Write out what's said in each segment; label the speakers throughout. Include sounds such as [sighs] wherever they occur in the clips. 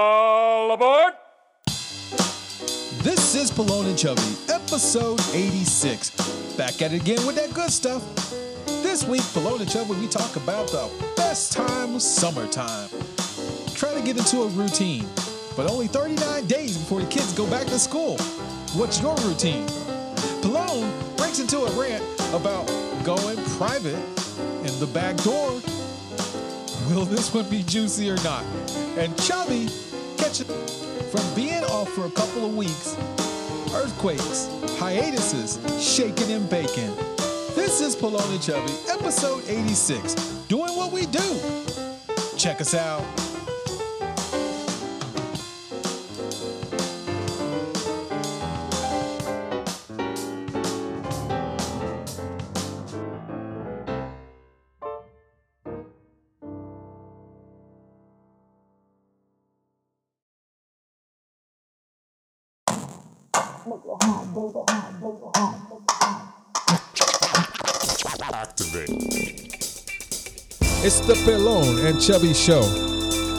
Speaker 1: All aboard!
Speaker 2: This is Pallone and Chubby, episode 86. Back at it again with that good stuff. This week, Pallone and Chubby, we talk about the best time of summertime. Try to get into a routine, but only 39 days before the kids go back to school. What's your routine? Pallone breaks into a rant about going private in the back door. Will this one be juicy or not? And Chubby catches from being off for a couple of weeks, earthquakes, hiatuses, shaking and baking. This is Polona Chubby, episode 86, doing what we do. Check us out. It's the Pelone and Chubby Show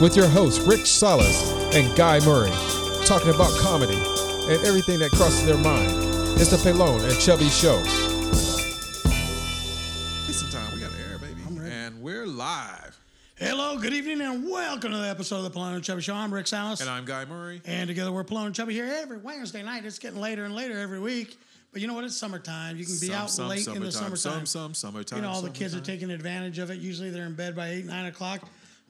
Speaker 2: with your hosts Rick Salas and Guy Murray, talking about comedy and everything that crosses their mind. It's the Pelone and Chubby Show. Some time we got to air, baby, and we're live.
Speaker 3: Hello, good evening, and welcome to the episode of the Palone and Chubby Show. I'm Rick Salas,
Speaker 2: And I'm Guy Murray.
Speaker 3: and together we're Palone and Chubby here every Wednesday night. It's getting later and later every week, but you know what? It's summertime. You can be
Speaker 2: Some,
Speaker 3: out
Speaker 2: some
Speaker 3: late in the
Speaker 2: summertime, some,
Speaker 3: summertime.
Speaker 2: some summertime,
Speaker 3: You know, all the kids are
Speaker 2: summertime.
Speaker 3: taking advantage of it. Usually they're in bed by eight, nine o'clock,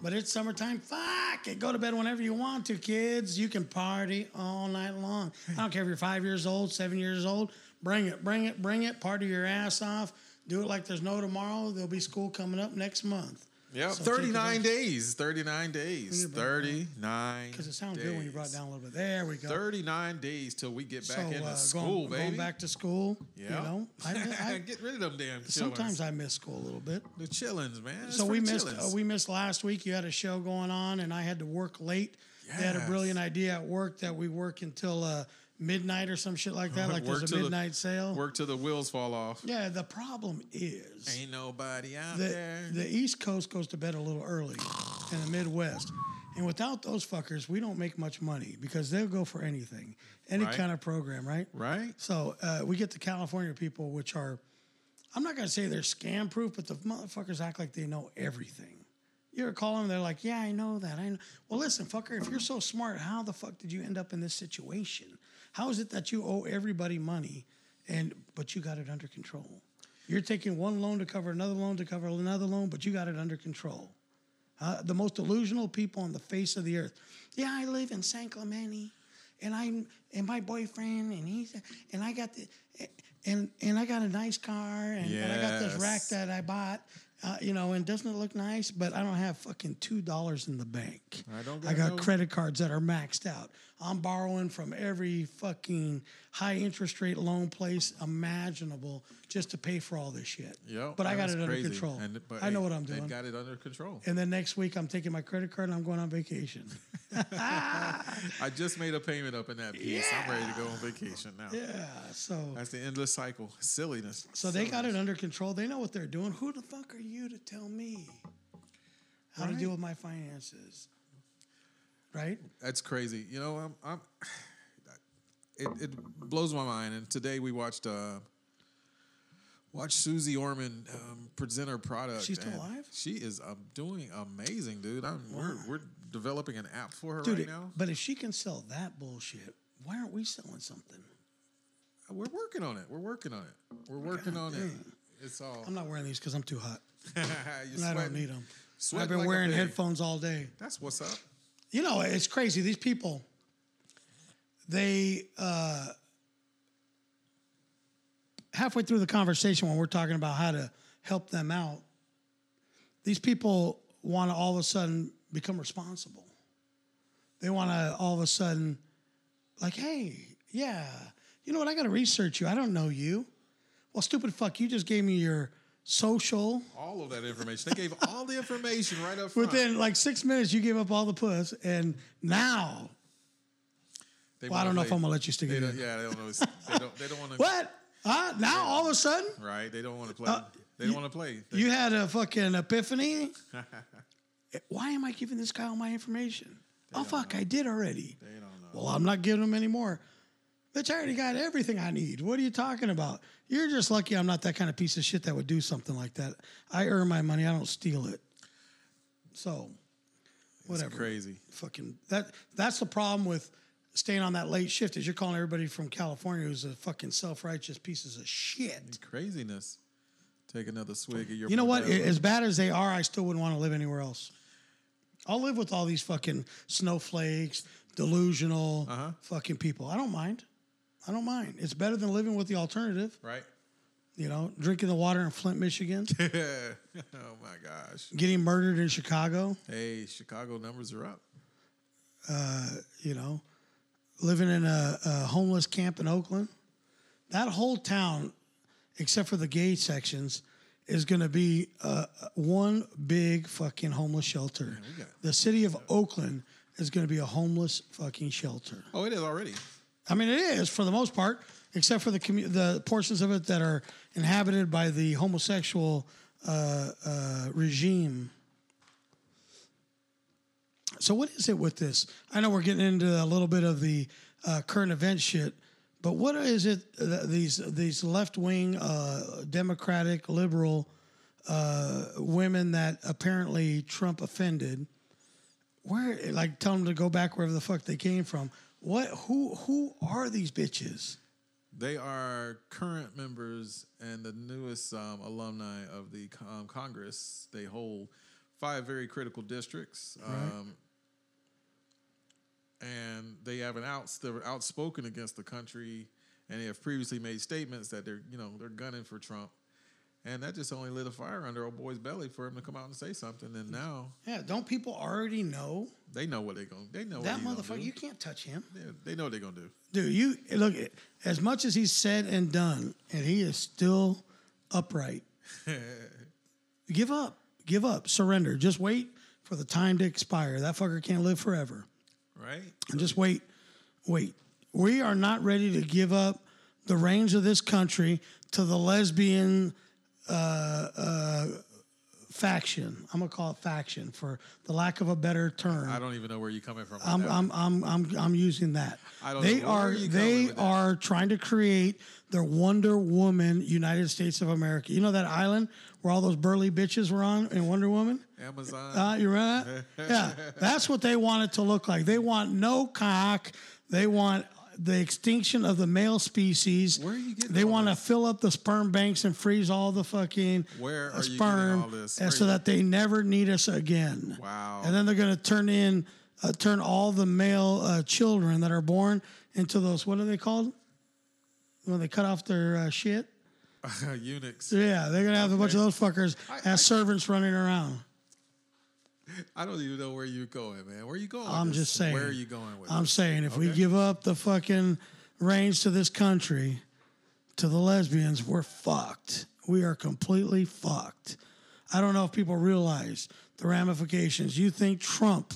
Speaker 3: but it's summertime. Fuck it, go to bed whenever you want to, kids. You can party all night long. I don't care if you're five years old, seven years old. Bring it, bring it, bring it. Party your ass off. Do it like there's no tomorrow. There'll be school coming up next month.
Speaker 2: Yep,
Speaker 3: So take
Speaker 2: 39
Speaker 3: advantage.
Speaker 2: days, 39 days, 39
Speaker 3: Because it sounds good when you brought
Speaker 2: days.
Speaker 3: it down a little bit. There we go.
Speaker 2: 39 days till we get back
Speaker 3: so,
Speaker 2: into
Speaker 3: uh,
Speaker 2: school,
Speaker 3: going,
Speaker 2: baby.
Speaker 3: going back to school. You
Speaker 2: Yeah.
Speaker 3: know,
Speaker 2: [laughs]
Speaker 3: I, I,
Speaker 2: Get rid of them damn chillings.
Speaker 3: sometimes I miss school a little bit.
Speaker 2: the chillings, man. It's
Speaker 3: so we
Speaker 2: for the
Speaker 3: missed uh,
Speaker 2: chillings.
Speaker 3: we missed last week. You had a show going on, and I had to work late. They had a
Speaker 2: Yes.
Speaker 3: brilliant idea at work that we work until uh, midnight or some shit like
Speaker 2: [laughs]
Speaker 3: that. Like
Speaker 2: Work
Speaker 3: there's a
Speaker 2: till the-
Speaker 3: midnight sale.
Speaker 2: work till the wheels fall
Speaker 3: [laughs]
Speaker 2: off.
Speaker 3: Yeah, the problem is
Speaker 2: Ain't nobody out
Speaker 3: the,
Speaker 2: there.
Speaker 3: the East Coast goes to bed a little early, and the Midwest. And without those fuckers, we don't make much money because they'll go for anything, any
Speaker 2: Right.
Speaker 3: kind of program, right?
Speaker 2: right?
Speaker 3: So uh, we get the California people, which are, I'm not going to say they're scam proof, but the motherfuckers act like they know everything. You're calling them, they're like, yeah, I know that. I know. Well, listen, fucker, if you're so smart, how the fuck did you end up in this situation? How is it that you owe everybody money, and but you got it under control? You're taking one loan to cover another loan to cover another loan, but you got it under control. Uh, the most delusional people on the face of the earth. Yeah, I live in San Clemente, and I and my boyfriend, and he's and I got the and and I got a nice car, and, and I got this rack
Speaker 2: Yes.
Speaker 3: that I bought. Uh, you know, and doesn't it look nice? But I don't have fucking two dollars in the bank.
Speaker 2: I don't
Speaker 3: I
Speaker 2: got
Speaker 3: got
Speaker 2: no-
Speaker 3: credit cards that are maxed out. I'm borrowing from every fucking high interest rate loan place imaginable just to pay for all this shit.
Speaker 2: Yep.
Speaker 3: But I
Speaker 2: that
Speaker 3: got
Speaker 2: is
Speaker 3: it under
Speaker 2: crazy.
Speaker 3: control.
Speaker 2: And- but
Speaker 3: I know
Speaker 2: hey,
Speaker 3: what I'm doing.
Speaker 2: They got it under control.
Speaker 3: And then next week, I'm taking my credit card and I'm going
Speaker 2: [laughs]
Speaker 3: on vacation.
Speaker 2: I just made a payment up in that piece. I'm ready to go on vacation now.
Speaker 3: yeah. So,
Speaker 2: That's the endless cycle. Silliness.
Speaker 3: so they got it under control. They know what they're doing. Who the fuck are you to tell me how to deal with my finances? Right?
Speaker 2: That's crazy. You know, I'm, I'm it, it blows my mind. And today we watched uh watched Susie Orman um, present her product.
Speaker 3: She's still
Speaker 2: and
Speaker 3: alive?
Speaker 2: She is um, doing amazing, dude. I'm, we're we're developing an app for her
Speaker 3: Dude,
Speaker 2: right
Speaker 3: it-
Speaker 2: now.
Speaker 3: but if she can sell that bullshit, why aren't we selling something?
Speaker 2: We're working on it. We're working on it. We're working on it. It's all.
Speaker 3: I'm not wearing these because I'm too hot.
Speaker 2: [laughs] You're
Speaker 3: And I don't
Speaker 2: sweating.
Speaker 3: need them.
Speaker 2: Sweating
Speaker 3: I've been
Speaker 2: like a
Speaker 3: wearing
Speaker 2: pig.
Speaker 3: headphones all day.
Speaker 2: That's what's up.
Speaker 3: you know, it's crazy. These people, they uh, halfway through the conversation when we're talking about how to help them out, these people want to all of a sudden become responsible. They want to all of a sudden, like, hey, yeah, you know what? I got to research you. I don't know you. Well, stupid fuck, you just gave me your social.
Speaker 2: All of that information. They gave all the information right up front.
Speaker 3: Within like six minutes, you gave up all the puss, and now
Speaker 2: They
Speaker 3: Well, I
Speaker 2: wanna
Speaker 3: don't know
Speaker 2: play-
Speaker 3: if I'm gonna let you stick
Speaker 2: They
Speaker 3: it
Speaker 2: don't,
Speaker 3: in.
Speaker 2: yeah, they don't know. They don't. They don't want to.
Speaker 3: [laughs] What? Uh, Huh? Now all of a sudden
Speaker 2: Right? They don't want to play. they don't want to play. They-
Speaker 1: [laughs]
Speaker 3: you had a fucking epiphany. Why am I giving this guy all my information? oh fuck, I did already.
Speaker 1: They don't know.
Speaker 3: Well, I'm not giving them any more. Bitch, I already got everything I need. What are you talking about? You're just lucky I'm not that kind of piece of shit that would do something like that. I earn my money, I don't steal it. So, whatever.
Speaker 1: Crazy.
Speaker 3: Fucking that that's the problem with staying on that late shift is you're calling everybody from California who's a fucking self-righteous pieces of shit.
Speaker 1: Craziness. Take another swig of your.
Speaker 3: You know what?
Speaker 1: Modelo.
Speaker 3: As bad as they are, I still wouldn't want to live anywhere else. I'll live with all these fucking snowflakes, delusional
Speaker 1: Uh-huh.
Speaker 3: fucking people. I don't mind. I don't mind. It's better than living with the alternative,
Speaker 1: right?
Speaker 3: you know, drinking the water in Flint, Michigan,
Speaker 1: oh my gosh.
Speaker 3: getting murdered in Chicago,
Speaker 1: Hey, Chicago numbers are up.
Speaker 3: you know, living in a, a homeless camp in Oakland. That whole town, except for the gay sections, is going to be uh, one big fucking homeless shelter.
Speaker 1: got-
Speaker 3: the city of Oakland is going to be a homeless fucking shelter.
Speaker 1: Oh, it is already.
Speaker 3: I mean, it is for the most part, except for the commu- the portions of it that are inhabited by the homosexual uh, uh, regime. So, what is it with this? I know we're getting into a little bit of the uh, current event shit, but what is it that these these left wing, uh, democratic, liberal uh, women that apparently Trump offended? where like tell them to go back wherever the fuck they came from. What who who are these bitches?
Speaker 1: They are current members and the newest um, alumni of the um, Congress. They hold five very critical districts, um, and they have an outs. They're outspoken against the country, and they have previously made statements that they're you know they're gunning for Trump, and that just only lit a fire under old boy's belly for him to come out and say something. And now
Speaker 3: Yeah, don't people already know
Speaker 1: they know what they're going. They know
Speaker 3: that
Speaker 1: what he gonna
Speaker 3: motherfucker?
Speaker 1: do.
Speaker 3: You can't touch him,
Speaker 1: Yeah, they know what they're gonna do.
Speaker 3: dude. You look as much as he's said and done, and he is still [laughs] upright. Give up, give up, surrender. Just wait for the time to expire. That fucker can't live forever.
Speaker 1: Right?
Speaker 3: And just wait, wait. We are not ready to give up the reins of this country to the lesbian uh, uh, faction. I'm gonna call it faction for the lack of a better term.
Speaker 1: I don't even know where you're coming from. on
Speaker 3: I'm,
Speaker 1: that.
Speaker 3: I'm, I'm, I'm, I'm using that.
Speaker 1: I don't
Speaker 3: they
Speaker 1: know where
Speaker 3: are
Speaker 1: you're going
Speaker 3: they
Speaker 1: with that.
Speaker 3: are trying to create their Wonder Woman United States of America. You know that island where all those burly bitches were on in Wonder Woman?
Speaker 1: Amazon.
Speaker 3: Uh, you remember that?
Speaker 1: [laughs]
Speaker 3: yeah, that's what they want it to look like. They want no cock. They want the extinction of the male species.
Speaker 1: Where are you getting
Speaker 3: They
Speaker 1: all
Speaker 3: want to
Speaker 1: this?
Speaker 3: fill up the sperm banks and freeze all the fucking
Speaker 1: Where
Speaker 3: uh,
Speaker 1: are you getting
Speaker 3: sperm,
Speaker 1: all this?
Speaker 3: and
Speaker 1: Where-
Speaker 3: so that they never need us again.
Speaker 1: Wow.
Speaker 3: And then they're going to turn in, uh, turn all the male uh, children that are born into those. What are they called? When they cut off their uh, shit.
Speaker 1: [laughs] Unix.
Speaker 3: Yeah, they're gonna have a bunch of those fuckers as servants running around.
Speaker 1: I don't even know where you're going, man. Where are you going? with
Speaker 3: I'm
Speaker 1: this?
Speaker 3: just saying.
Speaker 1: Where are you going with
Speaker 3: I'm
Speaker 1: this?
Speaker 3: saying if we give up the fucking reins to this country, to the lesbians, we're fucked. We are completely fucked. I don't know if people realize the ramifications. You think Trump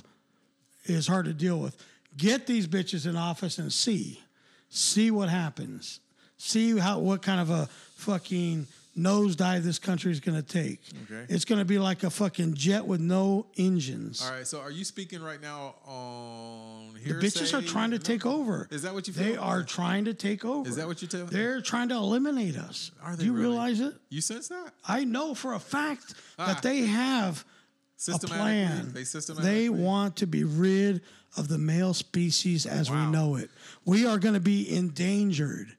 Speaker 3: is hard to deal with? Get these bitches in office and see, see what happens. See how what kind of a fucking nosedive this country is going to take.
Speaker 1: Okay.
Speaker 3: It's going to be like a fucking jet with no engines.
Speaker 1: All right. So are you speaking right now on
Speaker 3: The
Speaker 1: hearsay?
Speaker 3: bitches are trying to take over.
Speaker 1: Is that what you
Speaker 3: They
Speaker 1: feel?
Speaker 3: are trying to take over.
Speaker 1: Is that what you're telling-
Speaker 3: They're trying to eliminate us.
Speaker 1: Are they
Speaker 3: Do you
Speaker 1: really?
Speaker 3: realize it?
Speaker 1: You sense that?
Speaker 3: I know for a fact
Speaker 1: Ah.
Speaker 3: that they have a
Speaker 1: Systematically.
Speaker 3: plan.
Speaker 1: They systematically.
Speaker 3: They want to be rid of the male species as
Speaker 1: Wow.
Speaker 3: we know it. We are going to be endangered.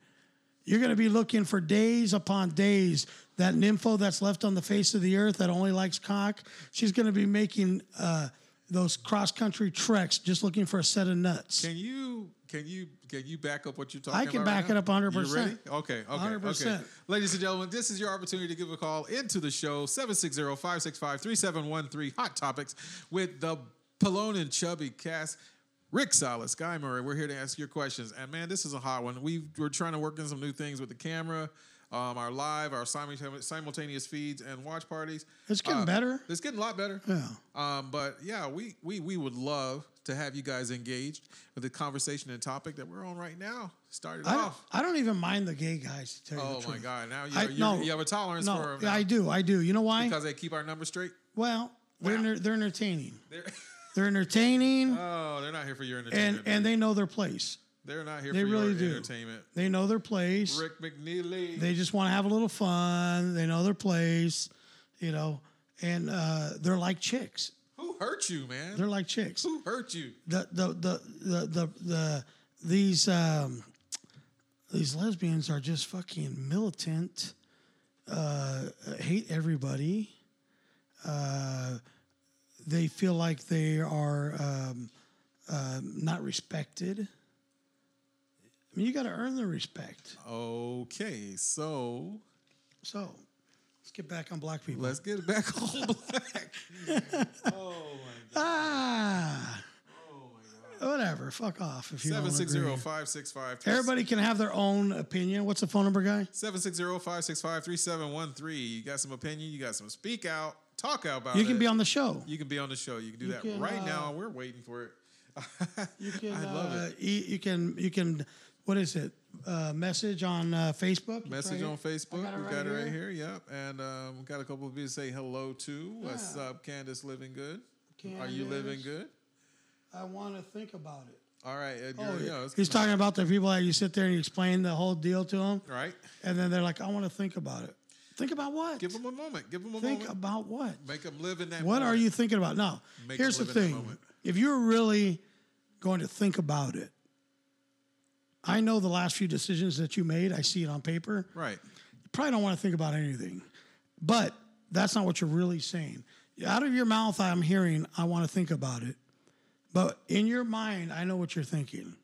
Speaker 3: You're going to be looking for days upon days. That nympho that's left on the face of the earth that only likes cock, she's going to be making uh, those cross country treks just looking for a set of nuts.
Speaker 1: Can you can you can you back up what you're talking
Speaker 3: I
Speaker 1: about?
Speaker 3: can
Speaker 1: right
Speaker 3: back it
Speaker 1: now?
Speaker 3: up 100%.
Speaker 1: You ready? Okay, okay, okay.
Speaker 3: 100%.
Speaker 1: Ladies and gentlemen, this is your opportunity to give a call into the show 760-565-3713 Hot Topics with the Pallone and Chubby cast. Rick Salas, Guy Murray, we're here to ask your questions. And man, this is a hot one. We've, we're trying to work in some new things with the camera, um, our live, our simultaneous- simultaneous feeds, and watch parties.
Speaker 3: It's getting
Speaker 1: Uh,
Speaker 3: better.
Speaker 1: It's getting a lot better.
Speaker 3: Yeah.
Speaker 1: Um, but yeah, we, we we would love to have you guys engaged with the conversation and topic that we're on right now. Started
Speaker 3: I don't,
Speaker 1: off.
Speaker 3: I don't even mind the gay guys to tell you the
Speaker 1: Oh
Speaker 3: truth.
Speaker 1: my God! Now you
Speaker 3: I-
Speaker 1: you
Speaker 3: no.
Speaker 1: you have a tolerance
Speaker 3: No,
Speaker 1: for uh, them
Speaker 3: yeah, I do. I do. You know why?
Speaker 1: because they keep our numbers straight.
Speaker 3: well, they're
Speaker 1: Wow.
Speaker 3: enter- they're entertaining.
Speaker 1: They're- [laughs]
Speaker 3: They're entertaining
Speaker 1: Oh, they're not here for your entertainment.
Speaker 3: and and they know their place.
Speaker 1: they're not here
Speaker 3: they
Speaker 1: for
Speaker 3: really
Speaker 1: your
Speaker 3: do.
Speaker 1: entertainment.
Speaker 3: They know their place.
Speaker 1: Rick McNeely.
Speaker 3: They just want to have a little fun. They know their place, you know, and uh, they're like chicks.
Speaker 1: Who hurt you, man?
Speaker 3: They're like chicks.
Speaker 1: Who hurt you?
Speaker 3: The the the the the, the these um, these lesbians are just fucking militant. Uh, hate everybody. Uh, they feel like they are um, uh, not respected. I mean, you got to earn the respect.
Speaker 1: Okay, so
Speaker 3: So let's get back on black people.
Speaker 1: let's get back [laughs] on black.
Speaker 3: Ah. Whatever. Fuck off if you
Speaker 1: Oh Seven
Speaker 3: don't
Speaker 1: six
Speaker 3: agree.
Speaker 1: zero five six five.
Speaker 3: Everybody can have their own opinion. What's the phone number, guy?
Speaker 1: 760-565-3713. You got some opinion, you got some speak out, talk out about
Speaker 3: You can
Speaker 1: it.
Speaker 3: be on the show.
Speaker 1: you can be on the show. You can do that
Speaker 3: can,
Speaker 1: right
Speaker 3: uh,
Speaker 1: now. We're waiting for it.
Speaker 3: You can.
Speaker 1: I love
Speaker 3: uh, e- you can. You can. What is it? Uh, message on uh, Facebook. It's right
Speaker 1: Message
Speaker 3: here.
Speaker 1: on Facebook.
Speaker 3: I got it
Speaker 1: we
Speaker 3: right
Speaker 1: got it right
Speaker 3: here.
Speaker 1: here. Yep. And um, we got a couple of people to say hello to. What's
Speaker 3: Yeah.
Speaker 1: up, Candace Living Good? Are you living
Speaker 3: Candace.
Speaker 1: good?
Speaker 3: I want to think about it.
Speaker 1: All right. and
Speaker 3: Oh,
Speaker 1: you're- you
Speaker 3: yeah.
Speaker 1: know, it's
Speaker 3: He's
Speaker 1: gonna-
Speaker 3: talking about the people that you sit there and you explain the whole deal to them,
Speaker 1: Right.
Speaker 3: and then they're like, "I want to think about it." Think about what?
Speaker 1: Give them a moment. Give them a
Speaker 3: think
Speaker 1: moment.
Speaker 3: about what?
Speaker 1: Make them live in that
Speaker 3: What are
Speaker 1: moment.
Speaker 3: you thinking about? Now,
Speaker 1: Make
Speaker 3: here's the
Speaker 1: them live in the
Speaker 3: thing.
Speaker 1: moment.
Speaker 3: if you're really going to think about it, I know the last few decisions that you made, I see it on paper.
Speaker 1: Right.
Speaker 3: You probably don't want to think about anything, but that's not what you're really saying. Out of your mouth, I'm hearing, I want to think about it. But in your mind, I know what you're thinking.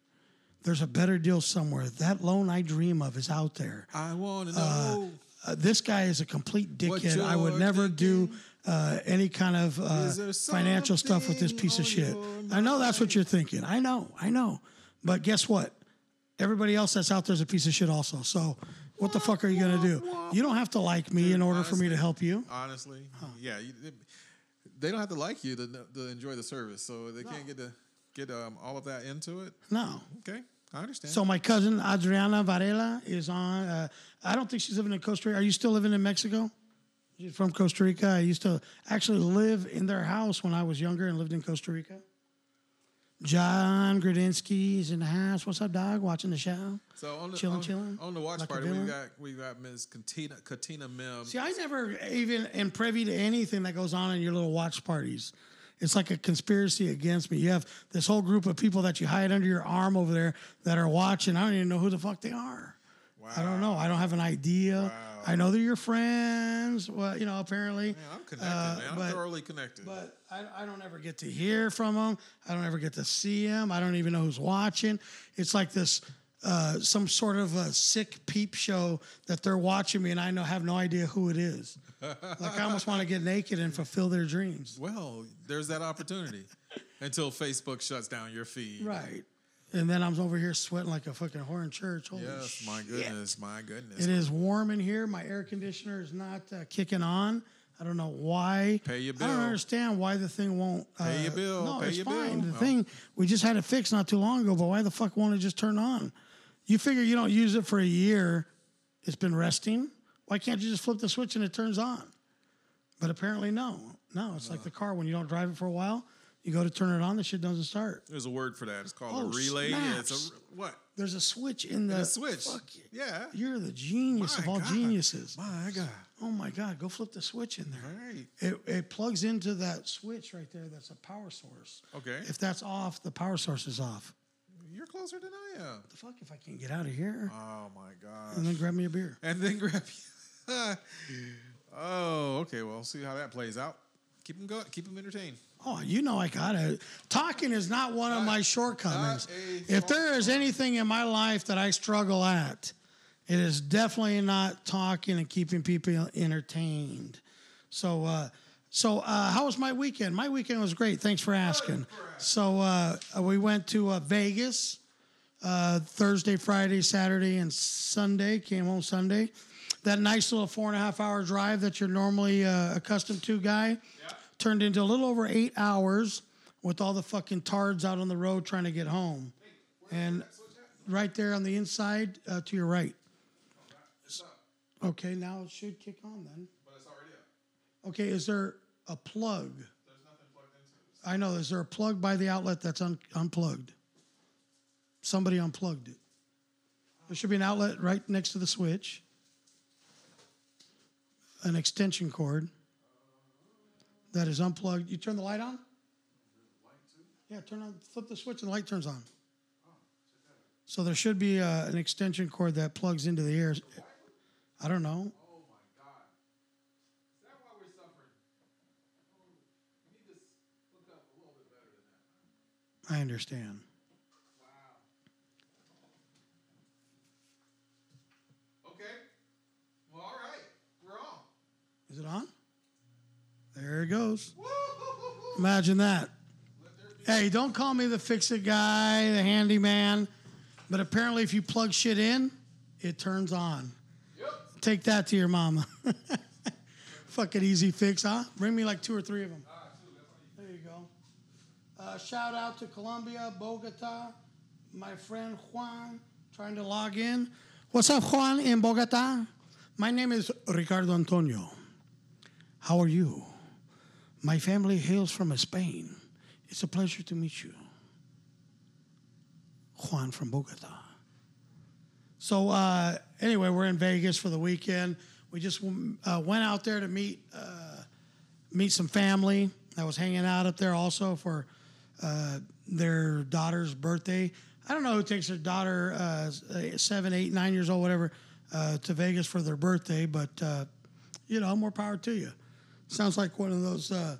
Speaker 3: There's a better deal somewhere. That loan I dream of is out there
Speaker 1: I want to know.
Speaker 3: uh, this guy is a complete dickhead. I would
Speaker 1: you're
Speaker 3: never do
Speaker 1: thinking?
Speaker 3: uh, any kind of uh,
Speaker 1: Is there
Speaker 3: financial stuff with this piece of
Speaker 1: something
Speaker 3: shit.
Speaker 1: on
Speaker 3: I know that's what you're thinking. I know, I know. But guess what? Everybody else that's out there is a piece of shit also. So what the fuck are you gonna do? You don't have to like me in order for me to help you.
Speaker 1: honestly, yeah. You, they don't have to like you to, to enjoy the service, so they can't get to get um, all of that into it.
Speaker 3: No.
Speaker 1: Okay, I understand.
Speaker 3: So my cousin Adriana Varela is on. Uh, I don't think she's living in Costa Rica. Are you still living in Mexico? She's from Costa Rica. I used to actually live in their house when I was younger and lived in Costa Rica. John Gradinsky is in the house. What's up, dog? Watching the show.
Speaker 1: So on the
Speaker 3: Chillin',
Speaker 1: on,
Speaker 3: chillin',
Speaker 1: on the watch
Speaker 3: like a
Speaker 1: party, we
Speaker 3: villain.
Speaker 1: got we got Ms. Katina Katina Mim.
Speaker 3: See, I never even am privy to anything that goes on in your little watch parties. It's like a conspiracy against me. You have this whole group of people that you hide under your arm over there that are watching. I don't even know who the fuck they are. I don't know. I don't have an idea. I know they're your friends. Well, you know, apparently.
Speaker 1: I'm connected,
Speaker 3: Uh,
Speaker 1: man. I'm
Speaker 3: but-
Speaker 1: thoroughly connected.
Speaker 3: But I, I don't ever get to hear from them. I don't ever get to see them. I don't even know who's watching. It's like this, uh, some sort of a sick peep show that they're watching me, and I know have no idea who it is. like I almost want to get naked and fulfill their dreams.
Speaker 1: well, there's
Speaker 3: [laughs]
Speaker 1: that opportunity until Facebook shuts down your feed.
Speaker 3: Right. And then I'm over here sweating like a fucking whore in church. Holy
Speaker 1: Yes, my goodness, my goodness.
Speaker 3: It is warm in here. My air conditioner is not uh, kicking on. I don't know why.
Speaker 1: Pay your
Speaker 3: I
Speaker 1: bill.
Speaker 3: don't understand why the thing won't. Uh,
Speaker 1: Pay your bill.
Speaker 3: No,
Speaker 1: Pay
Speaker 3: it's
Speaker 1: your
Speaker 3: fine.
Speaker 1: bill.
Speaker 3: The
Speaker 1: Oh.
Speaker 3: thing we just had it fixed not too long ago, but why the fuck won't it just turn on? You figure you don't use it for a year. It's been resting. Why can't you just flip the switch and it turns on? But apparently, no, no. It's like the car when you don't drive it for a while. You go to turn it on, the shit doesn't start.
Speaker 1: There's a word for that. It's called
Speaker 3: Oh,
Speaker 1: a relay.
Speaker 3: snaps.
Speaker 1: It's a re- what?
Speaker 3: There's a switch in the
Speaker 1: A switch.
Speaker 3: Fuck,
Speaker 1: Yeah.
Speaker 3: you're the genius
Speaker 1: My
Speaker 3: of all
Speaker 1: God.
Speaker 3: geniuses.
Speaker 1: My God.
Speaker 3: Oh my God, go flip the switch in there.
Speaker 1: All right.
Speaker 3: It, it plugs into that switch right there that's a power source.
Speaker 1: Okay.
Speaker 3: If that's off, the power source is off.
Speaker 1: You're closer than I am.
Speaker 3: The fuck if I can't get out of here
Speaker 1: Oh my God.
Speaker 3: and then grab me a beer.
Speaker 1: And then [laughs] grab you. oh, okay. Well, see how that plays out. Keep them going. Keep them entertained.
Speaker 3: Oh, you know I gotta. Talking is not one of my shortcomings.
Speaker 1: not a
Speaker 3: If there is anything in my life that I struggle at, it is definitely not talking and keeping people entertained. So, uh, so uh, how was my weekend? My weekend was great. Thanks for asking. So uh, we went to uh, Vegas uh, Thursday, Friday, Saturday, and Sunday. Came home Sunday. That nice little four and a half hour drive that you're normally uh, accustomed to, guy, turned into a little over eight hours with all the fucking tards out on the road trying to get home. And right there on the inside uh, to your right. Okay, now it should kick on then.
Speaker 1: But it's already up.
Speaker 3: Okay, is there a plug?
Speaker 1: There's nothing plugged into it.
Speaker 3: I know. Is there a plug by the outlet that's un- unplugged? Somebody unplugged it. There should be an outlet right next to the switch, an extension cord that is unplugged. You turn the light on? Yeah, turn on, flip the switch, and the light turns on. So there should be uh, an extension cord that plugs into the air. I don't know. I understand.
Speaker 1: Okay. Well, all right. We're on.
Speaker 3: Is it on? There it goes.
Speaker 1: Woo-hoo-hoo-hoo.
Speaker 3: Imagine that. Hey, don't call me the fix it guy, the handyman, but apparently if you plug shit in, it turns on.
Speaker 1: Yep.
Speaker 3: Take that to your mama. [laughs] Fucking easy fix, huh? Bring me like two or three of them. There you go. Uh, shout out to Colombia, Bogota, my friend Juan trying to log in. What's up, Juan in Bogota? My name is Ricardo Antonio. How are you? My family hails from Spain. It's a pleasure to meet you. Juan from Bogota. So uh, anyway, we're in Vegas for the weekend. We just uh, went out there to meet uh, meet some family that was hanging out up there also for uh, their daughter's birthday. I don't know who takes their daughter uh, seven, eight, nine years old, whatever, uh, to Vegas for their birthday, but uh, you know, more power to you. Sounds like one of those uh,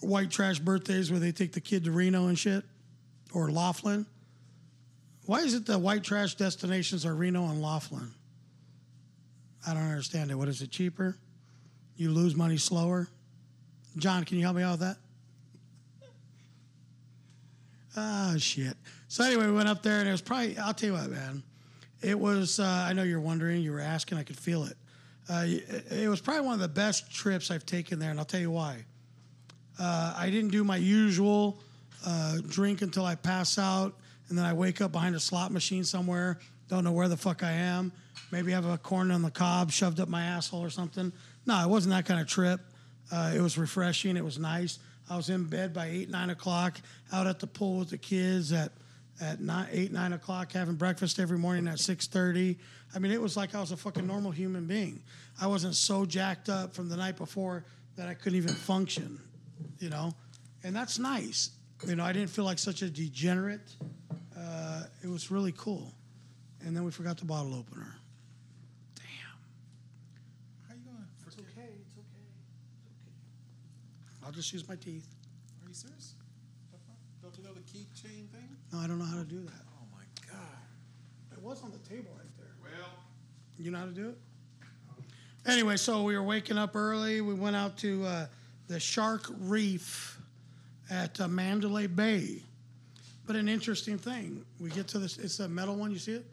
Speaker 3: white trash birthdays where they take the kid to Reno and shit or Laughlin. Why is it the white trash destinations are Reno and Laughlin? I don't understand it. What is it cheaper? You lose money slower. John, can you help me out with that? Ah, shit. So anyway, we went up there, and it was probably. I'll tell you what, man. It was. Uh, I know you're wondering. You were asking. I could feel it. Uh, it. It was probably one of the best trips I've taken there, and I'll tell you why. Uh, I didn't do my usual uh, drink until I pass out, and then I wake up behind a slot machine somewhere. Don't know where the fuck I am. Maybe have a corn on the cob shoved up my asshole or something. No, it wasn't that kind of trip. Uh, it was refreshing. It was nice. I was in bed by eight nine o'clock. Out at the pool with the kids at at nine, eight nine o'clock, having breakfast every morning at six thirty. I mean, it was like I was a fucking normal human being. I wasn't so jacked up from the night before that I couldn't even function. You know, and that's nice. You know, I didn't feel like such a degenerate. Uh, it was really cool. And then we forgot the bottle opener.
Speaker 1: How you doing? It's okay. It's okay.
Speaker 3: I'll just use my teeth.
Speaker 1: Are you serious? Don't you know the keychain thing?
Speaker 3: No, I don't know how to do that.
Speaker 1: Oh my god.
Speaker 3: It was on the table right there.
Speaker 1: Well,
Speaker 3: You know how to do it? Anyway, so we were waking up early. We went out to uh, the Shark Reef at uh, Mandalay Bay. But an interesting thing, we get to this, it's a metal one, you see it?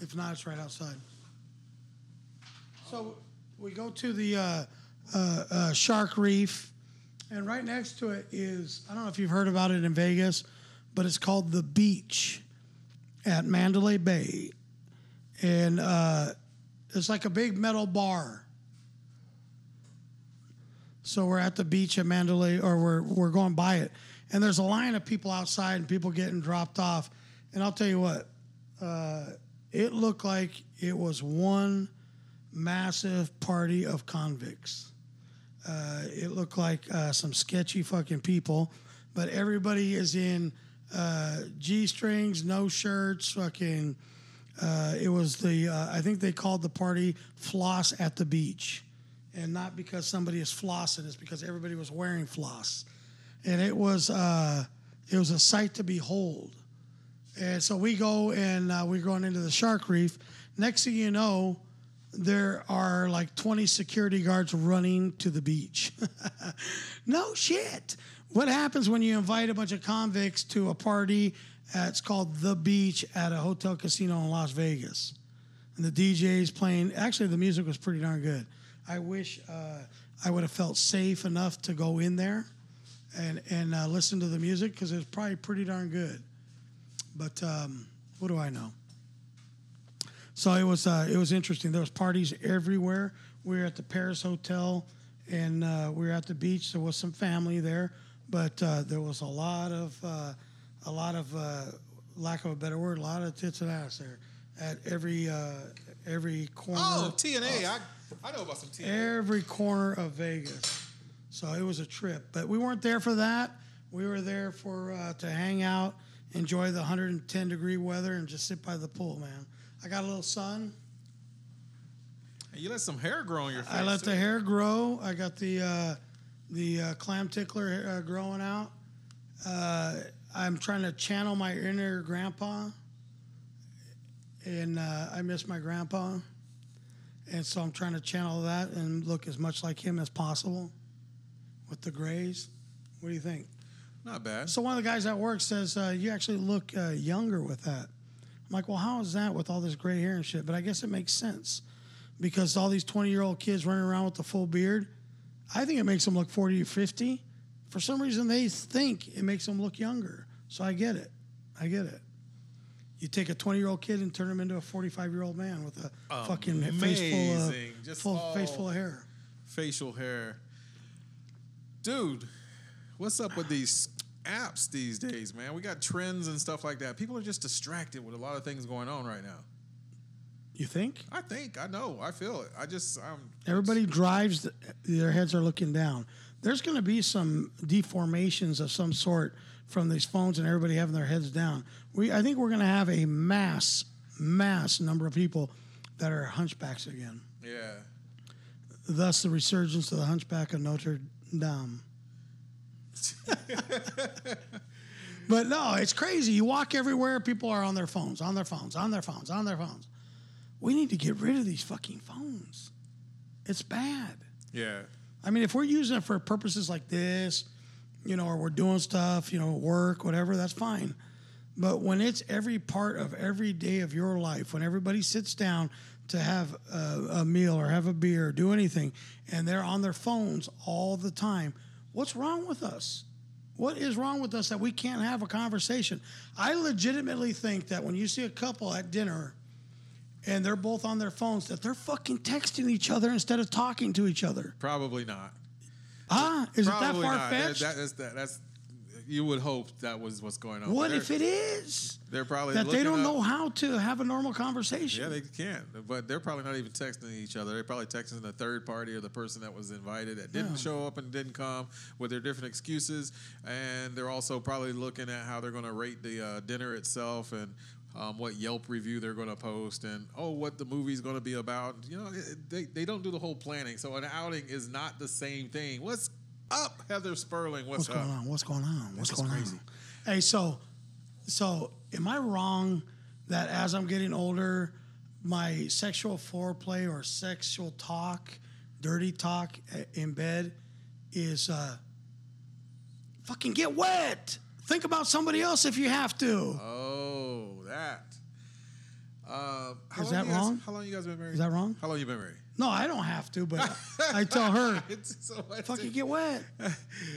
Speaker 3: If not, it's right outside. So we go to the uh, uh, uh, Shark Reef, and right next to it is, I don't know if you've heard about it in Vegas, but it's called The Beach at Mandalay Bay, and uh, it's like a big metal bar. So we're at the beach at Mandalay, or we're we're going by it, and there's a line of people outside and people getting dropped off. And I'll tell you what, uh, it looked like it was one massive party of convicts. Uh, it looked like uh, some sketchy fucking people, but everybody is in uh, g strings, no shirts, fucking. Uh, it was the uh, I think they called the party "Floss at the Beach," and not because somebody is flossing, it's because everybody was wearing floss, and it was uh, it was a sight to behold. And so we go and uh, we're going into the shark reef. Next thing you know, there are like 20 security guards running to the beach. [laughs] no shit. What happens when you invite a bunch of convicts to a party? Uh, it's called The Beach at a hotel casino in Las Vegas. And the DJ's playing. Actually, the music was pretty darn good. I wish uh, I would have felt safe enough to go in there and, and uh, listen to the music because it was probably pretty darn good but um, what do I know? So it was uh, it was interesting. There was parties everywhere. We were at the Paris Hotel, and uh, we were at the beach. There was some family there, but uh, there was a lot of, uh, a lot of, uh, lack of a better word, a lot of tits and ass there at every uh, every corner.
Speaker 1: Oh, TNA. I,
Speaker 4: I know about some TNA.
Speaker 3: every corner of Vegas. So it was a trip, but we weren't there for that. We were there for uh, to hang out, enjoy the 110 degree weather, and just sit by the pool, man. I got a little sun.
Speaker 1: you let some hair grow on your face.
Speaker 3: I let
Speaker 1: too.
Speaker 3: the hair grow. I got the uh, the uh, clam tickler uh, growing out. Uh, I'm trying to channel my inner grandpa, and uh, I miss my grandpa, and so I'm trying to channel that and look as much like him as possible with the grays. What do you think?
Speaker 1: Not bad.
Speaker 3: So one of the guys at work says, uh, "You actually look uh, younger with that." I'm like, "Well, how is that with all this gray hair and shit?" But I guess it makes sense because all these 20 year old kids running around with the full beard, I think it makes them look 40 or 50. For some reason, they think it makes them look younger. So I get it. I get it. You take a 20 year old kid and turn him into a 45 year old man with a fucking face full
Speaker 1: Amazing.
Speaker 3: of
Speaker 1: Just
Speaker 3: full, face
Speaker 1: all-
Speaker 3: full of hair.
Speaker 1: Facial hair. Dude, what's up with these apps these days, man? We got trends and stuff like that. People are just distracted with a lot of things going on right now.
Speaker 3: You think?
Speaker 1: I think, I know, I feel it. I just, I'm.
Speaker 3: Everybody drives, th- their heads are looking down. There's going to be some deformations of some sort from these phones and everybody having their heads down. We, I think we're going to have a mass, mass number of people that are hunchbacks again.
Speaker 1: Yeah.
Speaker 3: Thus, the resurgence of the hunchback of Notre Dame. [laughs] but no, it's crazy. You walk everywhere, people are on their phones, on their phones, on their phones, on their phones. We need to get rid of these fucking phones. It's bad.
Speaker 1: Yeah.
Speaker 3: I mean, if we're using it for purposes like this, you know, or we're doing stuff, you know, work, whatever, that's fine. But when it's every part of every day of your life, when everybody sits down to have a, a meal or have a beer or do anything, and they're on their phones all the time, what's wrong with us? What is wrong with us that we can't have a conversation? I legitimately think that when you see a couple at dinner and they're both on their phones, that they're fucking texting each other instead of talking to each other.
Speaker 1: Probably not.
Speaker 3: Huh? Ah, Is
Speaker 1: Probably
Speaker 3: it that far
Speaker 1: not. That-
Speaker 3: fetched?
Speaker 1: that is that. That's you would hope that was what's going on.
Speaker 3: what
Speaker 1: They're-
Speaker 3: if it is?
Speaker 1: They're probably
Speaker 3: That they
Speaker 1: looking
Speaker 3: don't
Speaker 1: up-
Speaker 3: know how to have a normal conversation.
Speaker 1: Yeah, they can't. But they're probably not even texting each other. They're probably texting the third party or the person that was invited that didn't
Speaker 3: Yeah.
Speaker 1: show up and didn't come with their different excuses. And they're also probably looking at how they're going to rate the uh, dinner itself and um, what Yelp review they're going to post and oh, what the movie's going to be about. You know, it, it- they they don't do the whole planning. So an outing is not the same thing. What's up, Heather Sperling? What's,
Speaker 3: What's
Speaker 1: up?
Speaker 3: going on? What's going on? What's
Speaker 1: This is
Speaker 3: going
Speaker 1: crazy.
Speaker 3: on? Hey, so, so am I wrong that as I'm getting older, my sexual foreplay or sexual talk, dirty talk uh, in bed, is uh, fucking get wet. Think about somebody else if you have to.
Speaker 1: Oh, that. Uh, how
Speaker 3: Is
Speaker 1: long
Speaker 3: that
Speaker 1: you guys-
Speaker 3: wrong?
Speaker 1: How long you guys been married?
Speaker 3: Is that wrong?
Speaker 1: How long you been married?
Speaker 3: No, I don't have to, but I tell her.
Speaker 1: It's [laughs] so much
Speaker 3: fucking get wet.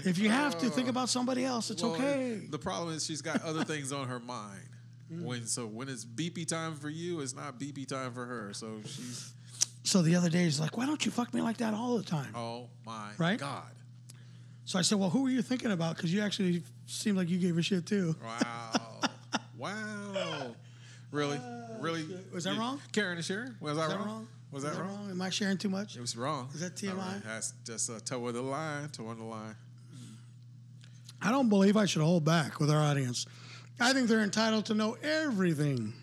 Speaker 3: If you have to, think about somebody else. It's
Speaker 1: Well,
Speaker 3: okay. Mm.
Speaker 1: The problem is she's got other things on
Speaker 3: [laughs]
Speaker 1: her mind. When so when it's beepy time for you, it's not beepy time for her. So she's
Speaker 3: So the other day, he's like, "Why don't you fuck me like that all the time?"
Speaker 1: oh my
Speaker 3: Right? [laughs]
Speaker 1: god.
Speaker 3: So I said, "Well, who were you thinking about? Because you actually seemed like you gave a shit too."
Speaker 1: Wow. wow. Really? Really?
Speaker 3: Uh, Was that
Speaker 1: You-
Speaker 3: wrong?
Speaker 1: Karen and Sharon? Was,
Speaker 3: Is
Speaker 1: I
Speaker 3: that
Speaker 1: wrong?
Speaker 3: wrong?
Speaker 1: Was
Speaker 3: Is
Speaker 1: that wrong?
Speaker 3: Am I sharing too much?
Speaker 1: It was wrong.
Speaker 3: Is that
Speaker 1: All
Speaker 3: TMI?
Speaker 1: That's just a toe of the line, toe of the line.
Speaker 3: I don't believe I should hold back with our audience. I think they're entitled to know
Speaker 1: [laughs]
Speaker 3: everything.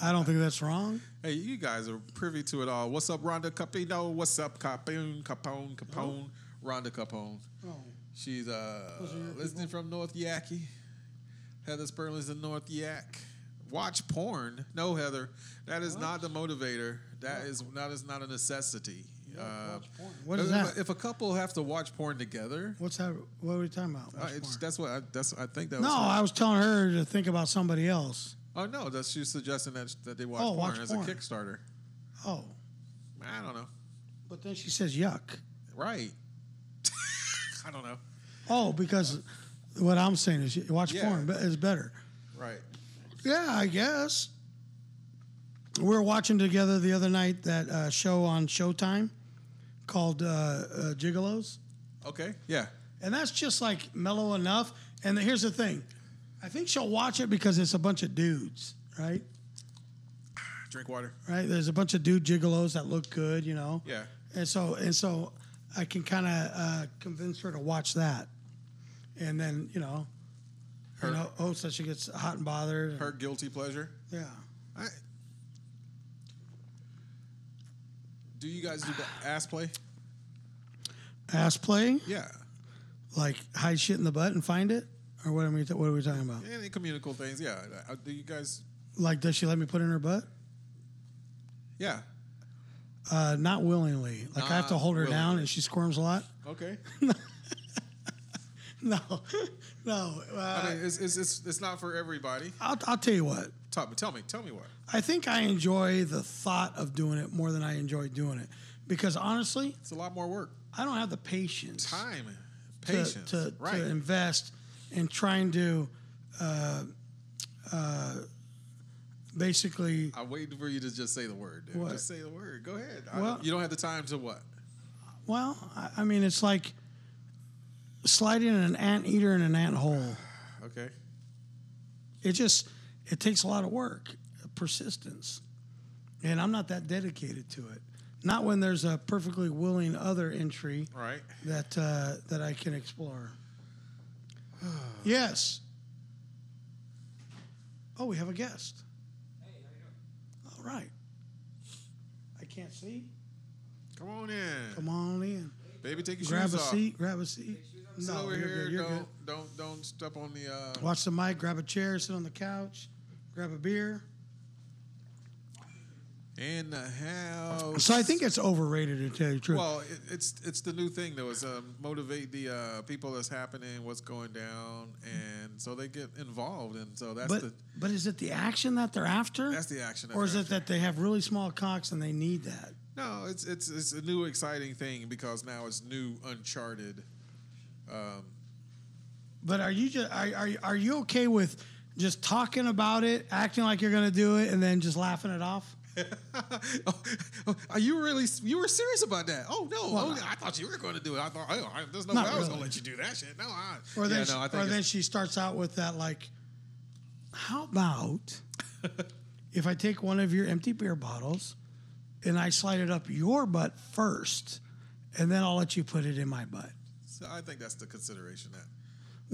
Speaker 3: I don't think that's wrong.
Speaker 1: Hey, you guys are privy to it all. What's up, Rhonda Capino? What's up, Capone? Capone? Capone? Rhonda Capone. She's uh,
Speaker 3: Those are your
Speaker 1: listening from North Yaki. Heather Sperling's in North Yak. Watch porn? No, Heather, that is not the motivator. That is not is not a necessity. Uh,
Speaker 3: What is
Speaker 1: if,
Speaker 3: that?
Speaker 1: If a couple have to watch porn together,
Speaker 3: What's that? What are we talking about?
Speaker 1: uh,
Speaker 3: What's
Speaker 1: it's,
Speaker 3: porn?
Speaker 1: that's what I, that's I think that
Speaker 3: no,
Speaker 1: was.
Speaker 3: I was telling her to think about somebody else.
Speaker 1: oh no, that's she's suggesting that that they watch
Speaker 3: Oh,
Speaker 1: porn
Speaker 3: watch
Speaker 1: as
Speaker 3: porn.
Speaker 1: a Kickstarter.
Speaker 3: Oh,
Speaker 1: I don't know.
Speaker 3: but then she says, "Yuck."
Speaker 1: Right. [laughs] I don't know.
Speaker 3: Oh, because what I'm saying is you watch
Speaker 1: Yeah.
Speaker 3: porn, but it's better.
Speaker 1: Right.
Speaker 3: Yeah, I guess. We were watching together the other night that uh, show on Showtime called uh, uh, Gigolos,
Speaker 1: Okay. Yeah.
Speaker 3: and that's just like mellow enough. And here's the thing, I think she'll watch it because it's a bunch of dudes, right?
Speaker 1: Drink water.
Speaker 3: Right? There's a bunch of dude gigolos that look good, you know.
Speaker 1: Yeah.
Speaker 3: And so and so, I can kind of uh, convince her to watch that, and then you know, her
Speaker 1: Her-
Speaker 3: you know, oh, so she gets hot and bothered. and-
Speaker 1: Her guilty pleasure.
Speaker 3: yeah.
Speaker 1: I, do you guys do
Speaker 3: [sighs]
Speaker 1: the ass play?
Speaker 3: Ass play,
Speaker 1: Yeah.
Speaker 3: like hide shit in the butt and find it, or what? I mean, what are we talking about?
Speaker 1: Any communicable things? Yeah. Uh, Do you guys?
Speaker 3: Like, does she let me put in her butt?
Speaker 1: Yeah.
Speaker 3: Uh, not willingly. Like I have to
Speaker 1: Not
Speaker 3: hold her down,
Speaker 1: willingly.
Speaker 3: and she squirms a lot. [laughs]
Speaker 1: Okay.
Speaker 3: No, [laughs] no. Uh,
Speaker 1: I mean, it's, it's, it's, it's not for everybody.
Speaker 3: I'll, I'll tell you what.
Speaker 1: Tell me, tell me, tell me what.
Speaker 3: I think I enjoy the thought of doing it more than I enjoy doing it, because honestly,
Speaker 1: It's a lot more work,
Speaker 3: I don't have the patience.
Speaker 1: time,
Speaker 3: to-
Speaker 1: patience,
Speaker 3: to, to,
Speaker 1: right?
Speaker 3: invest in trying to uh, uh, basically
Speaker 1: I waited for you to just say the word. Dude.
Speaker 3: What?
Speaker 1: Just say the word. Go ahead.
Speaker 3: Well-
Speaker 1: I, you don't have the time to what?
Speaker 3: well I, I mean it's like sliding an anteater in an ant hole
Speaker 1: Okay.
Speaker 3: it just it takes a lot of work persistence and i'm not that dedicated to it not when there's a perfectly willing other entry
Speaker 1: All right.
Speaker 3: that uh, that i can explore yes oh we have a guest all right i can't see
Speaker 1: Come on in,
Speaker 3: come on in
Speaker 1: baby. Take your
Speaker 3: grab
Speaker 1: shoes
Speaker 3: a
Speaker 1: off.
Speaker 3: seat grab a seat
Speaker 1: Sit
Speaker 3: no
Speaker 1: over
Speaker 3: you're
Speaker 1: here.
Speaker 3: good you're
Speaker 1: don't
Speaker 3: good
Speaker 1: don't don't step on the. Uh,
Speaker 3: watch the mic grab a chair sit on the couch grab a beer
Speaker 1: in the house.
Speaker 3: So I think it's overrated to tell you the truth.
Speaker 1: Well, it, it's it's the new thing though. Is um, motivate the uh, people that's happening, what's going down, and so they get involved, and so that's
Speaker 3: but
Speaker 1: the
Speaker 3: but is it the action that they're after?
Speaker 1: that's the action. that
Speaker 3: or is
Speaker 1: they're
Speaker 3: it that they have really small cocks and they need that?
Speaker 1: No, it's it's it's a new exciting thing because now it's new uncharted.
Speaker 3: But are you just are are, are you okay with just talking about it, acting like you're going to do it, and then just laughing it off?
Speaker 1: Are Oh, you really you were serious about that? Oh no,
Speaker 3: Well,
Speaker 1: oh, I thought you were going to do it. I thought oh, I, there's no way
Speaker 3: Not
Speaker 1: I
Speaker 3: really.
Speaker 1: was going to let you do that shit. No, I
Speaker 3: Or
Speaker 1: yeah,
Speaker 3: then
Speaker 1: no, I
Speaker 3: she, or
Speaker 1: think
Speaker 3: then
Speaker 1: it's-
Speaker 3: she starts out with that like, how
Speaker 1: [laughs]
Speaker 3: about if I take one of your empty beer bottles and I slide it up your butt first, and then I'll let you put it in my butt.
Speaker 1: so I think that's the consideration that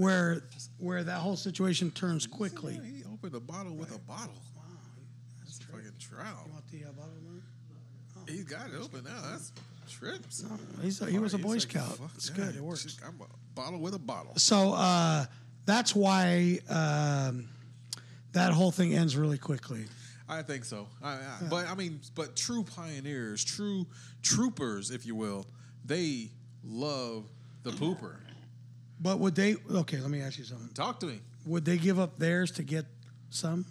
Speaker 3: where where that whole situation turns quickly.
Speaker 1: Yeah, he opened a bottle with a bottle. Wow, that's a fucking trial.
Speaker 3: Want the, uh, bottle of wine?
Speaker 1: He's got it open now. That's trips.
Speaker 3: He's a, he was a
Speaker 1: He's
Speaker 3: Boy
Speaker 1: like,
Speaker 3: Scout.
Speaker 1: fuck
Speaker 3: It's
Speaker 1: that.
Speaker 3: good. It works.
Speaker 1: Shit, I'm a bottle with a bottle.
Speaker 3: So uh, that's why um, that whole thing ends really quickly.
Speaker 1: I think so. I, I, But I mean, but true pioneers, true troopers, if you will, they love the pooper.
Speaker 3: But would they? Okay, let me ask you something.
Speaker 1: Talk to me.
Speaker 3: Would they give up theirs to get some?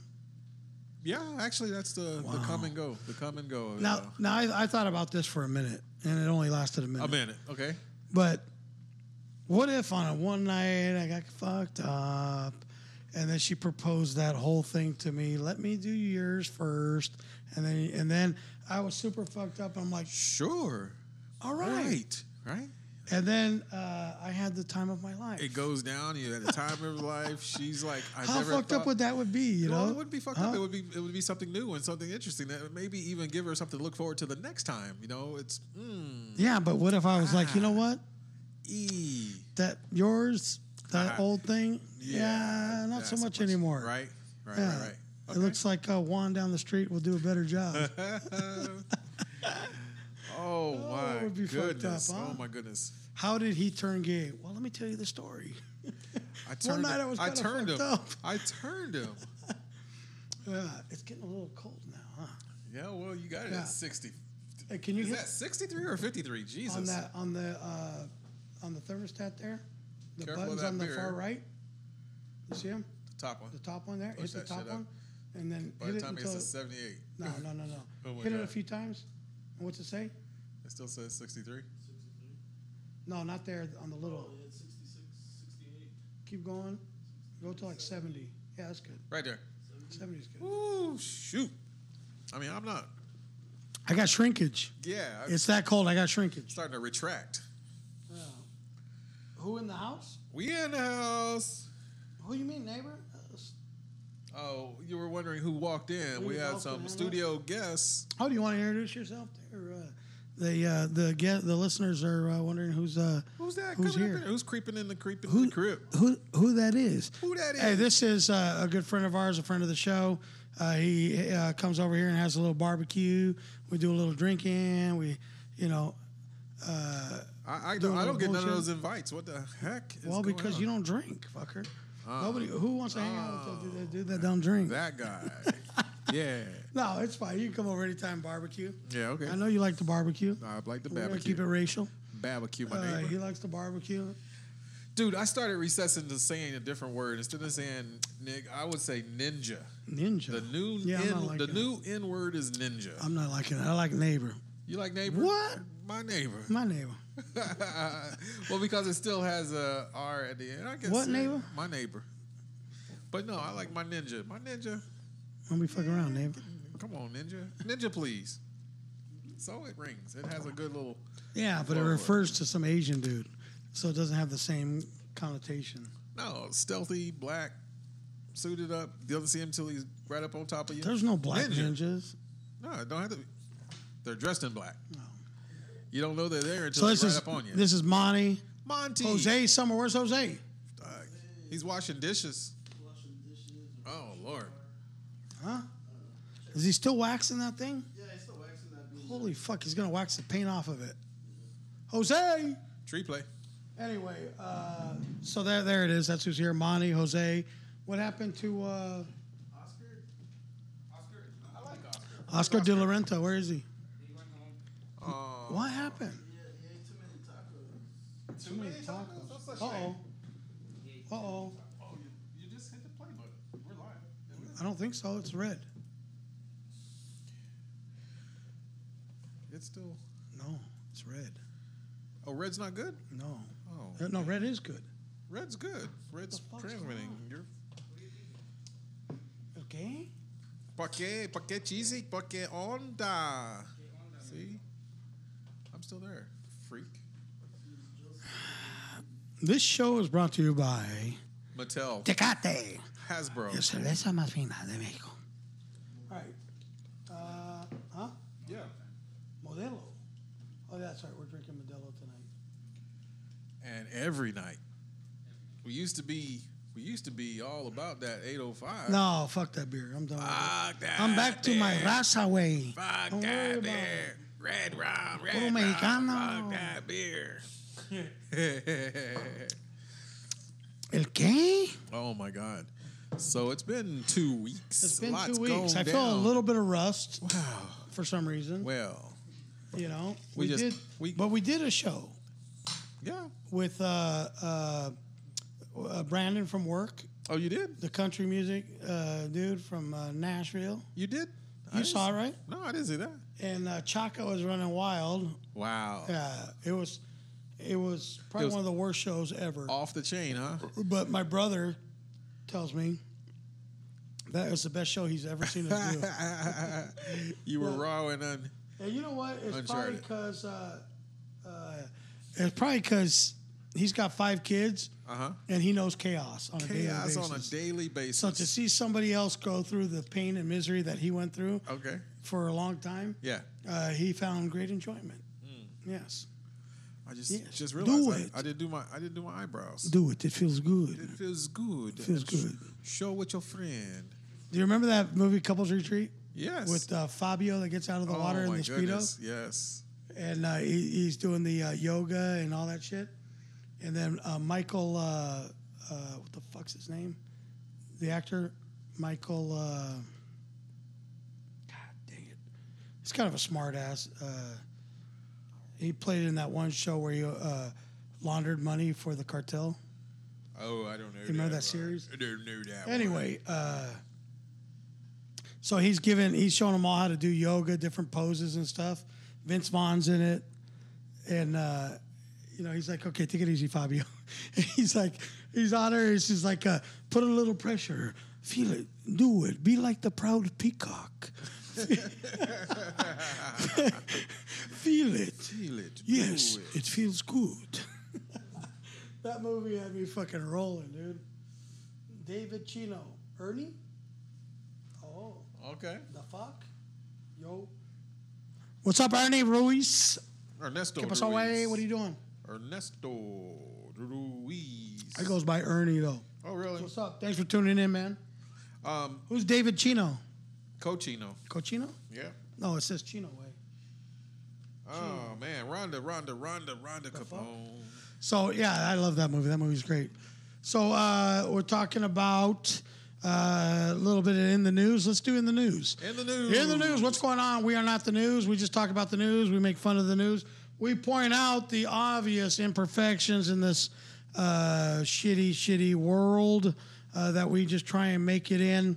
Speaker 1: Yeah, actually, that's the, the come and go. The come and go.
Speaker 3: Now, now I, I thought about this for a minute, and it only lasted a
Speaker 1: a
Speaker 3: minute.
Speaker 1: minute, okay?
Speaker 3: But what if on a one night I got fucked up and then she proposed that whole thing to me, let me do yours first and then and then I was super fucked up. I'm like,
Speaker 1: Sure.
Speaker 3: all right.
Speaker 1: Right. Right.
Speaker 3: And then uh, I had the time of my life.
Speaker 1: It goes down. You had a time of your life. She's like, I
Speaker 3: How
Speaker 1: never
Speaker 3: fucked
Speaker 1: thought,
Speaker 3: up would that would be, you
Speaker 1: Well,
Speaker 3: know?
Speaker 1: it wouldn't be fucked up. It would be it would be something new and something interesting that maybe even give her something to look forward to the next time. You know, it's mm,
Speaker 3: Yeah, but what if I was like, you know what?
Speaker 1: e.
Speaker 3: That yours, that
Speaker 1: Ah,
Speaker 3: old thing, yeah,
Speaker 1: Yeah,
Speaker 3: not so
Speaker 1: that's
Speaker 3: much anymore.
Speaker 1: Right. Right.
Speaker 3: Yeah.
Speaker 1: Right. Right.
Speaker 3: It looks like uh, Juan down the street will do a better job.
Speaker 1: [laughs] Oh my
Speaker 3: would be fucked up,
Speaker 1: goodness!
Speaker 3: huh?
Speaker 1: Oh my goodness!
Speaker 3: How did he turn gay? Well, let me tell you the story. [laughs]
Speaker 1: I turned.
Speaker 3: night I
Speaker 1: him-
Speaker 3: was
Speaker 1: I
Speaker 3: kinda
Speaker 1: turned him.
Speaker 3: fucked up.
Speaker 1: I turned him.
Speaker 3: Yeah, Uh, it's getting a little cold now, huh?
Speaker 1: Yeah. Well, you got it
Speaker 3: Yeah.
Speaker 1: at sixty.
Speaker 3: Hey, can you
Speaker 1: Is
Speaker 3: hit
Speaker 1: that sixty-three or fifty-three? Jesus.
Speaker 3: on that on the uh, on the thermostat there? The
Speaker 1: Careful of
Speaker 3: buttons
Speaker 1: that
Speaker 3: on the
Speaker 1: mirror.
Speaker 3: far right. You see them?
Speaker 1: Top one.
Speaker 3: The top one there.
Speaker 1: Push
Speaker 3: hit
Speaker 1: that
Speaker 3: the top
Speaker 1: shit up.
Speaker 3: one, and then
Speaker 1: By
Speaker 3: hit
Speaker 1: the
Speaker 3: it
Speaker 1: time it
Speaker 3: until
Speaker 1: gets to seventy-eight,
Speaker 3: no, no, no, no.
Speaker 1: Oh my
Speaker 3: hit it a
Speaker 1: God.
Speaker 3: few times. And what's it say?
Speaker 1: it still says sixty-three.
Speaker 3: No, not there on the little. Keep going. Go to like seventy. Yeah, that's good.
Speaker 1: Right there.
Speaker 3: Seventy's good.
Speaker 1: Ooh, shoot. I mean, I'm not.
Speaker 3: I got shrinkage.
Speaker 1: Yeah, I'm
Speaker 3: It's that cold. I got shrinkage.
Speaker 1: starting to retract.
Speaker 3: Who in the house?
Speaker 1: We in the house.
Speaker 3: Who you mean, neighbor?
Speaker 1: Oh, you were wondering who walked in. We
Speaker 3: Who
Speaker 1: have
Speaker 3: walked
Speaker 1: some
Speaker 3: in?
Speaker 1: studio guests.
Speaker 3: Oh, do you want to introduce yourself? Or, uh, the uh, the get, the listeners are uh, wondering who's uh,
Speaker 1: Who's that?
Speaker 3: Who's
Speaker 1: coming up
Speaker 3: here?
Speaker 1: in- Who's creeping in the creeping in
Speaker 3: who,
Speaker 1: the crib?
Speaker 3: who who that is.
Speaker 1: Who that
Speaker 3: Hey,
Speaker 1: is?
Speaker 3: this is uh, a good friend of ours, a friend of the show. Uh, he uh, comes over here and has a little barbecue. We do a little drinking. We, you know,
Speaker 1: I, I
Speaker 3: doing
Speaker 1: don't, I
Speaker 3: no
Speaker 1: don't get none of
Speaker 3: bullshit?
Speaker 1: those invites. What the heck? Is
Speaker 3: well,
Speaker 1: going
Speaker 3: because
Speaker 1: on? Oh.
Speaker 3: you don't drink, fucker. Nobody who wants to hang out with a dude that don't drink.
Speaker 1: That guy.
Speaker 3: [laughs]
Speaker 1: yeah.
Speaker 3: no, it's fine. You can come over anytime, barbecue.
Speaker 1: Yeah. Okay.
Speaker 3: I know you like to barbecue.
Speaker 1: I like the
Speaker 3: We're gonna
Speaker 1: barbecue.
Speaker 3: keep it racial.
Speaker 1: barbecue, my
Speaker 3: Uh,
Speaker 1: neighbor.
Speaker 3: he likes to barbecue.
Speaker 1: Dude, I started recessing to saying a different word instead of saying nig. I would say ninja.
Speaker 3: Ninja.
Speaker 1: The new
Speaker 3: Yeah, I'm
Speaker 1: N-
Speaker 3: not
Speaker 1: the
Speaker 3: liking
Speaker 1: new N word is ninja.
Speaker 3: I'm not liking it. I like neighbor.
Speaker 1: you like neighbor?
Speaker 3: What?
Speaker 1: My neighbor.
Speaker 3: My neighbor.
Speaker 1: well, because it still has a R at the end. I guess
Speaker 3: What
Speaker 1: uh,
Speaker 3: neighbor?
Speaker 1: My neighbor. But no, I like my ninja. My ninja.
Speaker 3: Don't be fucking around, neighbor.
Speaker 1: Come on, ninja. Ninja, please. So it rings. It has a good little.
Speaker 3: Yeah, but it
Speaker 1: Whoa.
Speaker 3: refers to some Asian dude, so it doesn't have the same connotation.
Speaker 1: No, stealthy, black, suited up. You don't see him till he's right up on top of you.
Speaker 3: There's no black
Speaker 1: Ninja.
Speaker 3: ninjas.
Speaker 1: No, it don't have to. Be. They're dressed in black. You don't know they're there until
Speaker 3: So
Speaker 1: it's
Speaker 3: this
Speaker 1: right
Speaker 3: is
Speaker 1: up on you.
Speaker 3: this is Monty,
Speaker 1: Monty.
Speaker 3: Jose somewhere. Where's Jose?
Speaker 1: Uh, he's washing dishes. Oh Lord.
Speaker 3: Is he still waxing that thing?
Speaker 5: Yeah, it's still waxing that bean.
Speaker 3: Holy fuck, he's gonna wax the paint off of it. Jose.
Speaker 1: Tree play.
Speaker 3: Anyway, uh, so there, there it is. That's who's here. Monty, Jose. What happened to uh,
Speaker 5: Oscar? Oscar? I like Oscar.
Speaker 3: Oscar De La Renta? Where is he?
Speaker 5: He went home.
Speaker 1: Uh,
Speaker 3: What happened?
Speaker 5: He, he ate too many tacos.
Speaker 1: too many tacos. That's a
Speaker 3: Uh
Speaker 1: shame.
Speaker 3: oh.
Speaker 5: He ate
Speaker 3: Uh oh.
Speaker 1: Oh, you, you just hit the play button. We're live. Isn't it?
Speaker 3: I don't think so. It's red.
Speaker 1: It's still.
Speaker 3: No, it's red.
Speaker 1: Oh, red's not good.
Speaker 3: No.
Speaker 1: Oh,
Speaker 3: Uh, No, red is good.
Speaker 1: red's good. Red's
Speaker 3: fuck's
Speaker 1: transmitting. You're
Speaker 3: Okay.
Speaker 1: Porque, porque cheesy, porque onda. See? I'm still there, freak.
Speaker 3: This show is brought to you by
Speaker 1: Mattel,
Speaker 3: Tecate.
Speaker 1: Hasbro.
Speaker 3: cerveza más fina de México. All right. Uh, huh?
Speaker 1: Yeah.
Speaker 3: Modelo. Oh, that's right. We're drinking Modelo tonight.
Speaker 1: And every night. We used to be we used to be all about that 805.
Speaker 3: No, Um, fuck that beer. I'm done. with it.
Speaker 1: Fuck that
Speaker 3: I'm back to my
Speaker 1: beer.
Speaker 3: raza way.
Speaker 1: Fuck
Speaker 3: Don't worry
Speaker 1: that
Speaker 3: about
Speaker 1: beer. Red rum, red
Speaker 3: Puro
Speaker 1: rum.
Speaker 3: mexicano.
Speaker 1: Fuck that beer.
Speaker 3: El qué?
Speaker 1: oh my god. So it's been 2 weeks.
Speaker 3: It's been
Speaker 1: Lots
Speaker 3: two weeks.
Speaker 1: gone
Speaker 3: I feel a
Speaker 1: down.
Speaker 3: little bit of rust
Speaker 1: wow.
Speaker 3: for some reason.
Speaker 1: Well,
Speaker 3: you know,
Speaker 1: we
Speaker 3: we,
Speaker 1: just-
Speaker 3: did.
Speaker 1: we-
Speaker 3: but we did a show
Speaker 1: yeah.
Speaker 3: with uh, uh, uh, Brandon from work,
Speaker 1: Oh, you did?
Speaker 3: the country music uh, dude from uh, Nashville.
Speaker 1: You did? I
Speaker 3: You
Speaker 1: didn't
Speaker 3: saw
Speaker 1: see-
Speaker 3: it, right?
Speaker 1: No, I didn't see that.
Speaker 3: And uh, Chaco was running wild.
Speaker 1: Wow.
Speaker 3: Uh, it was, it was probably
Speaker 1: It was-
Speaker 3: one of the worst shows ever.
Speaker 1: Off the
Speaker 3: [laughs]
Speaker 1: chain, huh?
Speaker 3: But my brother tells me that was the best show he's ever seen us do.
Speaker 1: [laughs] You were raw and un.
Speaker 3: And you know what? It's probably
Speaker 1: Uncharted.
Speaker 3: because uh, uh, it's probably 'cause he's got five kids
Speaker 1: Uh huh.
Speaker 3: and he knows chaos on a daily
Speaker 1: Chaos
Speaker 3: basis.
Speaker 1: on a daily basis.
Speaker 3: so to see somebody else go through the pain and misery that he went through
Speaker 1: okay.
Speaker 3: for a long time,
Speaker 1: Oh. Yeah. Hmm.
Speaker 3: uh, he found great enjoyment. Yes,
Speaker 1: I just
Speaker 3: Yes.
Speaker 1: just
Speaker 3: Do
Speaker 1: realized I-
Speaker 3: it.
Speaker 1: I, didn't do my I didn't do my eyebrows.
Speaker 3: do it. It feels
Speaker 1: it
Speaker 3: good.
Speaker 1: feels good.
Speaker 3: feels
Speaker 1: Sh-
Speaker 3: good.
Speaker 1: Show with your friend.
Speaker 3: Do you remember that movie Couples Retreat
Speaker 1: Yes.
Speaker 3: with uh, Fabio that gets out of the
Speaker 1: oh,
Speaker 3: water in
Speaker 1: my
Speaker 3: the
Speaker 1: goodness.
Speaker 3: speedo
Speaker 1: Yes.
Speaker 3: and uh, he, he's doing the uh, yoga and all that shit? And then uh, Michael, uh, uh, what the fuck's his name? The actor Michael. Uh, God dang it! He's kind of a smart ass. Uh, he played in that one show where he uh, laundered money for the cartel.
Speaker 1: Oh, I don't know. You
Speaker 3: remember that series?
Speaker 1: I don't know that. one.
Speaker 3: Anyway, uh, so he's giving, he's showing them all how to do yoga, different poses and stuff. Vince Vaughn's in it, and uh, you know he's like, "Okay, take it easy, Fabio." [laughs] he's like, he's on her. He's just like, uh, "Put a little pressure, feel it, do it, be like the proud peacock." [laughs] Feel it.
Speaker 1: Feel it.
Speaker 3: Yes,
Speaker 1: Feel it.
Speaker 3: it feels good. [laughs] that movie had me fucking rolling, dude. David Chino, Ernie. Oh,
Speaker 1: Okay.
Speaker 3: the fuck, yo. What's up, Ernie Ruiz?
Speaker 1: Ernesto.
Speaker 3: Keep us
Speaker 1: Ruiz.
Speaker 3: away. What are you doing?
Speaker 1: Ernesto Ruiz.
Speaker 3: It goes by Ernie though.
Speaker 1: Oh, really?
Speaker 3: What's up? Thanks for tuning in, man.
Speaker 1: Um,
Speaker 3: Who's David Chino?
Speaker 1: Cochino.
Speaker 3: Cochino?
Speaker 1: Yeah.
Speaker 3: No, it says Chino way.
Speaker 1: Oh man, Rhonda, Rhonda, Rhonda, Rhonda Capone.
Speaker 3: So yeah, I love that movie. That movie's great. So uh, we're talking about uh, a little bit of in the news. Let's do in the news.
Speaker 1: In the news.
Speaker 3: In the news. What's going on? We are not the news. We just talk about the news. We make fun of the news. We point out the obvious imperfections in this uh, shitty, shitty world uh, that we just try and make it in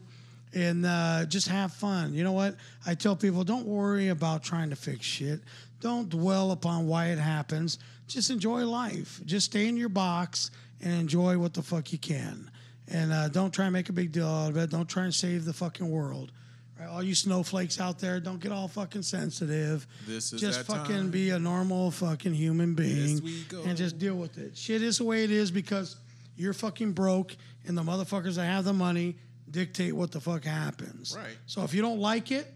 Speaker 3: and uh, just have fun. You know what? I tell people don't worry about trying to fix shit. Don't dwell upon why it happens. Just enjoy life. Just stay in your box and enjoy what the fuck you can. And uh, don't try and make a big deal out of it. Don't try and save the fucking world. Right? All you snowflakes out there, don't get all fucking sensitive.
Speaker 1: This is
Speaker 3: just
Speaker 1: that
Speaker 3: fucking
Speaker 1: time.
Speaker 3: be a normal fucking human being
Speaker 1: we go.
Speaker 3: and just deal with it. Shit is the way it is because you're fucking broke and the motherfuckers that have the money dictate what the fuck happens.
Speaker 1: Right.
Speaker 3: So if you don't like it,